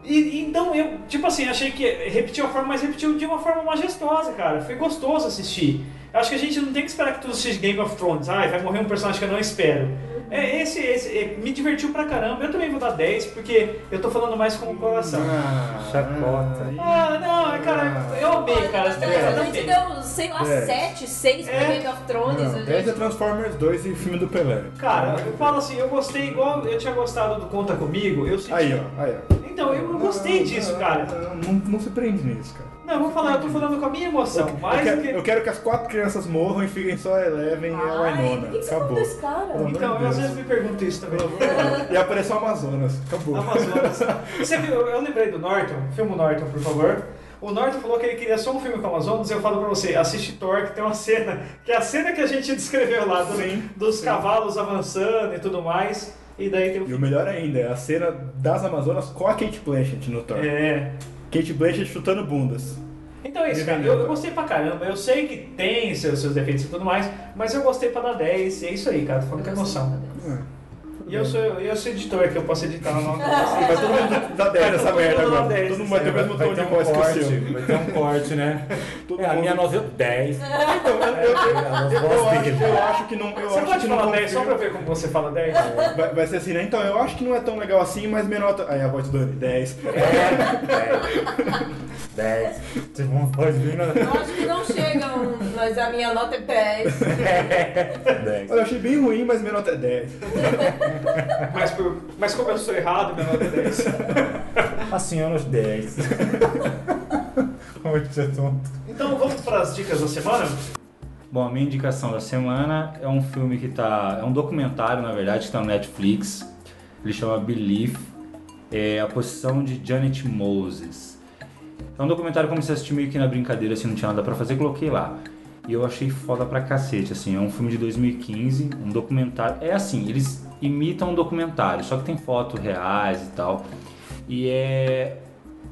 E, então eu, tipo assim, achei que repetiu a forma, mas repetiu de uma forma majestosa, cara. Foi gostoso assistir. Acho que a gente não tem que esperar que tudo seja Game of Thrones. Ai, vai morrer um personagem que eu não espero. É, esse, esse, é, me divertiu pra caramba. Eu também vou dar 10, porque eu tô falando mais com o coração. Ah, Chacota. Ah, não, cara, eu amei, cara. As Mas temporadas a gente amei. deu, sei lá, É. 7, 6 pra É. Game of Thrones. Não, a 10 é gente- Transformers 2 e filme do Pelé. Cara, eu falo assim, eu gostei igual eu tinha gostado do Conta Comigo, eu senti. Aí, ó. Aí, ó. Então, eu gostei disso, não, cara. Não, não, não se prende nisso, cara. Não, eu vou falar, eu tô falando com a minha emoção, eu, mais quero, do que. eu quero que as quatro crianças morram e fiquem só a Eleven e a Ai, Winona. por que que você Acabou. falou desse cara? Pelo amor de Então, eu Deus. às vezes me pergunto isso também. E apareceu o Amazonas. Acabou. Amazonas. Você viu, eu eu lembrei do Norton, filma o Norton, por favor. O Norton falou que ele queria só um filme com o Amazonas, eu falo pra você, assiste Thor, que tem uma cena, que é a cena que a gente descreveu lá, do- Sim, dos cavalos avançando e tudo mais, e daí tem o E o filme. melhor ainda é a cena das Amazonas com a Kate Blanchett no Thor. É. Kate Blanchett chutando bundas. Então é isso, cara. Eu, eu gostei pra caramba. Eu sei que tem seus, seus defeitos e tudo mais, mas eu gostei pra dar 10. É isso aí, cara. Falando com emoção. E eu sou, eu sou editor aqui, eu posso editar o nome. Vai todo mundo dar 10 nessa todo merda mundo dar agora. 10, Todo mundo vai ter o Vai- mesmo vai tom ter de um voz que o corte, seu. Vai ter um corte, né? Todo É, a mundo- minha nota é 10. Então, eu, É, eu, eu, eu acho, eu acho que não. Eu Você acho pode que não falar 10 só pra confio. ver como você fala 10? Vai, vai ser assim, né? Então, eu acho que não é tão legal assim, mas minha nota. Aí a voz do Dani, 10. É, 10. 10. Vocês vão fazer bem na. Eu acho que não chega, um, mas a minha nota é 10. 10. Olha, eu achei bem ruim, mas menor até 10. Mas, por- mas como eu sou errado, minha nota é 10. Assim, anos 10. Como é eu tinha tonto. Então vamos para as dicas da semana? Bom, a minha indicação da semana é um filme que tá. É um documentário, na verdade, que tá no Netflix. Ele chama Belief. É a posição de Janet Moses. É um documentário que eu comecei a assistir meio que na brincadeira, assim, não tinha nada pra fazer, coloquei lá. E eu achei foda pra cacete, assim. É um filme de 2015, um documentário. É assim, eles imitam um documentário, só que tem fotos reais e tal. E é.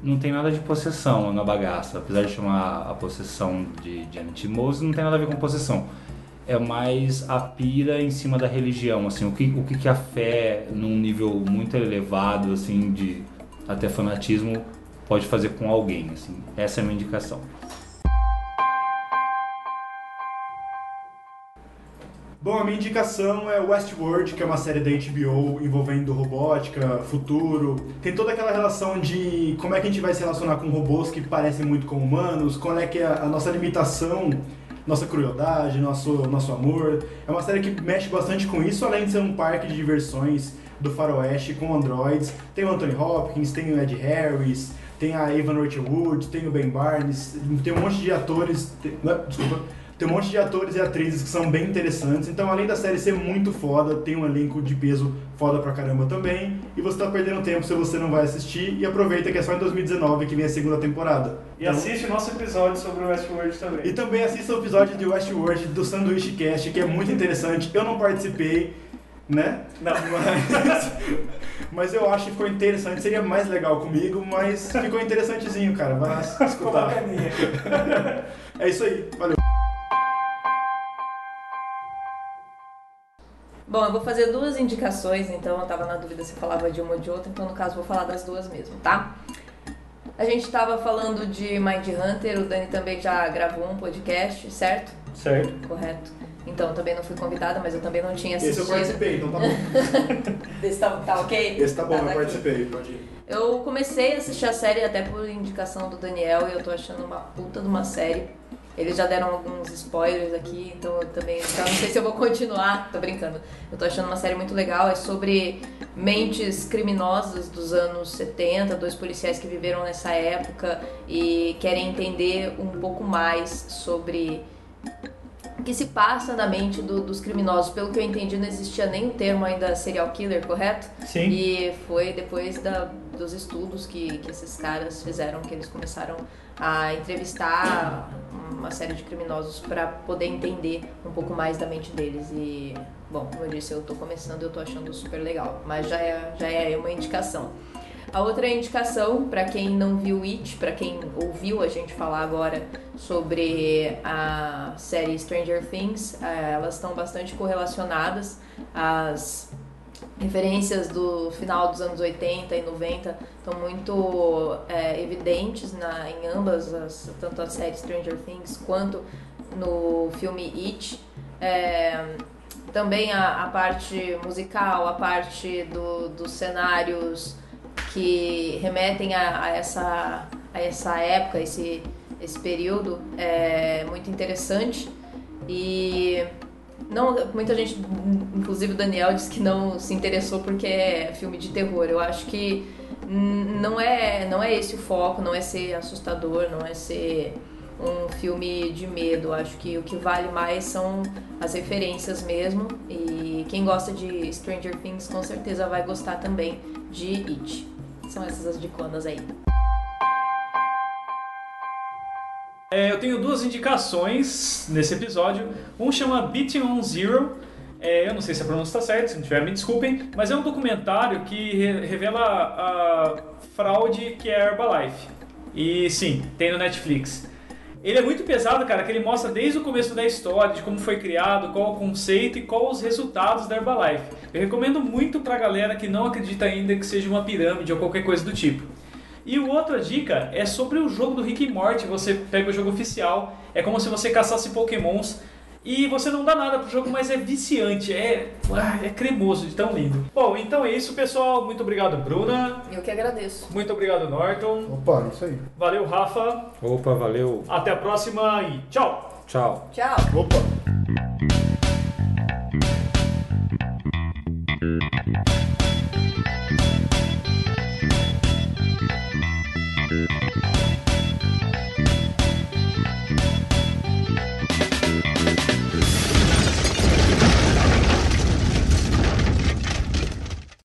Não tem nada de possessão na bagaça. Apesar de chamar a possessão de Janet Moses, não tem nada a ver com possessão. É mais a pira em cima da religião, assim. O que, o que, que a fé, num nível muito elevado, assim, de até fanatismo, pode fazer com alguém, assim. Essa é a minha indicação. Bom, a minha indicação é Westworld, que é uma série da HBO envolvendo robótica, futuro. Tem toda aquela relação de como é que a gente vai se relacionar com robôs que parecem muito com humanos, qual é que é a nossa limitação, nossa crueldade, nosso, nosso amor. É uma série que mexe bastante com isso, além de ser um parque de diversões do faroeste com androids. Tem o Anthony Hopkins, tem o Ed Harris, tem a Evan Rachel Wood, tem o Ben Barnes, tem um monte de atores... tem- Desculpa. Tem um monte de atores e atrizes que são bem interessantes. Então, além da série ser muito foda, tem um elenco de peso foda pra caramba também. E você tá perdendo tempo se você não vai assistir. E aproveita que é só em 2019 que vem a segunda temporada. E Então- assiste o nosso episódio sobre o Westworld também. E também assista o episódio de Westworld do Sanduíche Cast, que é muito interessante. Eu não participei, né? Não. Mas, mas eu acho que ficou interessante. Seria mais legal comigo, mas ficou interessantezinho, cara. Vai lá escutar. Companhia. É isso aí. Valeu. Bom, eu vou fazer duas indicações, então eu tava na dúvida se falava de uma ou de outra, então no caso vou falar das duas mesmo, tá? A gente tava falando de Mind Hunter, o Dani também já gravou um podcast, certo? Certo. Correto. Então eu também não fui convidada, mas eu também não tinha Esse eu assistido. participei, então tá bom. Esse tá, tá ok? Esse tá bom, eu daqui. participei. Pode ir. Eu comecei a assistir a série até por indicação do Daniel e eu tô achando uma puta de uma série. Eles já deram alguns spoilers aqui, então eu também então não sei se eu vou continuar, tô brincando. Eu tô achando uma série muito legal, é sobre mentes criminosas dos anos 70, dois policiais que viveram nessa época e querem entender um pouco mais sobre o que se passa na mente do- dos criminosos. Pelo que eu entendi, não existia nem o termo ainda serial killer, correto? Sim. E foi depois da- dos estudos que, que esses caras fizeram que eles começaram a entrevistar uma série de criminosos para poder entender um pouco mais da mente deles. E, bom, como eu disse, eu tô começando e eu tô achando super legal, mas já é, já é uma indicação. A outra indicação, para quem não viu It, para quem ouviu a gente falar agora sobre a série Stranger Things, eh, elas estão bastante correlacionadas. As referências do final dos anos 80 e 90 estão muito é, evidentes na, em ambas, as, tanto a série Stranger Things quanto no filme It. É, também a, a parte musical, a parte do, dos cenários que remetem a, a essa, a essa época, esse, esse período, é muito interessante. E não, muita gente, inclusive o Daniel, disse que não se interessou porque é filme de terror. Eu acho que hum, não é, não é esse o foco, não é ser assustador, não é ser um filme de medo. Eu acho que o que vale mais são as referências mesmo. E quem gosta de Stranger Things com certeza vai gostar também de It. São essas as diconas aí. É, eu tenho duas indicações nesse episódio. Um chama Beating on Zero. É, eu não sei se a pronúncia está certa, se não tiver, me desculpem. Mas é um documentário que re- revela a fraude que é a Herbalife. E sim, tem no Netflix. Ele é muito pesado, cara, que ele mostra desde o começo da história, de como foi criado, qual o conceito e qual os resultados da Herbalife. Eu recomendo muito pra galera que não acredita ainda que seja uma pirâmide ou qualquer coisa do tipo. E o outra dica é sobre o jogo do Rick e Morty. Você pega o jogo oficial, é como se você caçasse pokémons e você não dá nada pro jogo, mas é viciante, é, ah, é cremoso de tão lindo. Bom, então é isso, pessoal. Muito obrigado, Bruna. Eu que agradeço. Muito obrigado, Norton. Opa, isso aí. Valeu, Rafa. Opa, valeu. Até a próxima e tchau! Tchau. Tchau! Opa. Thank you.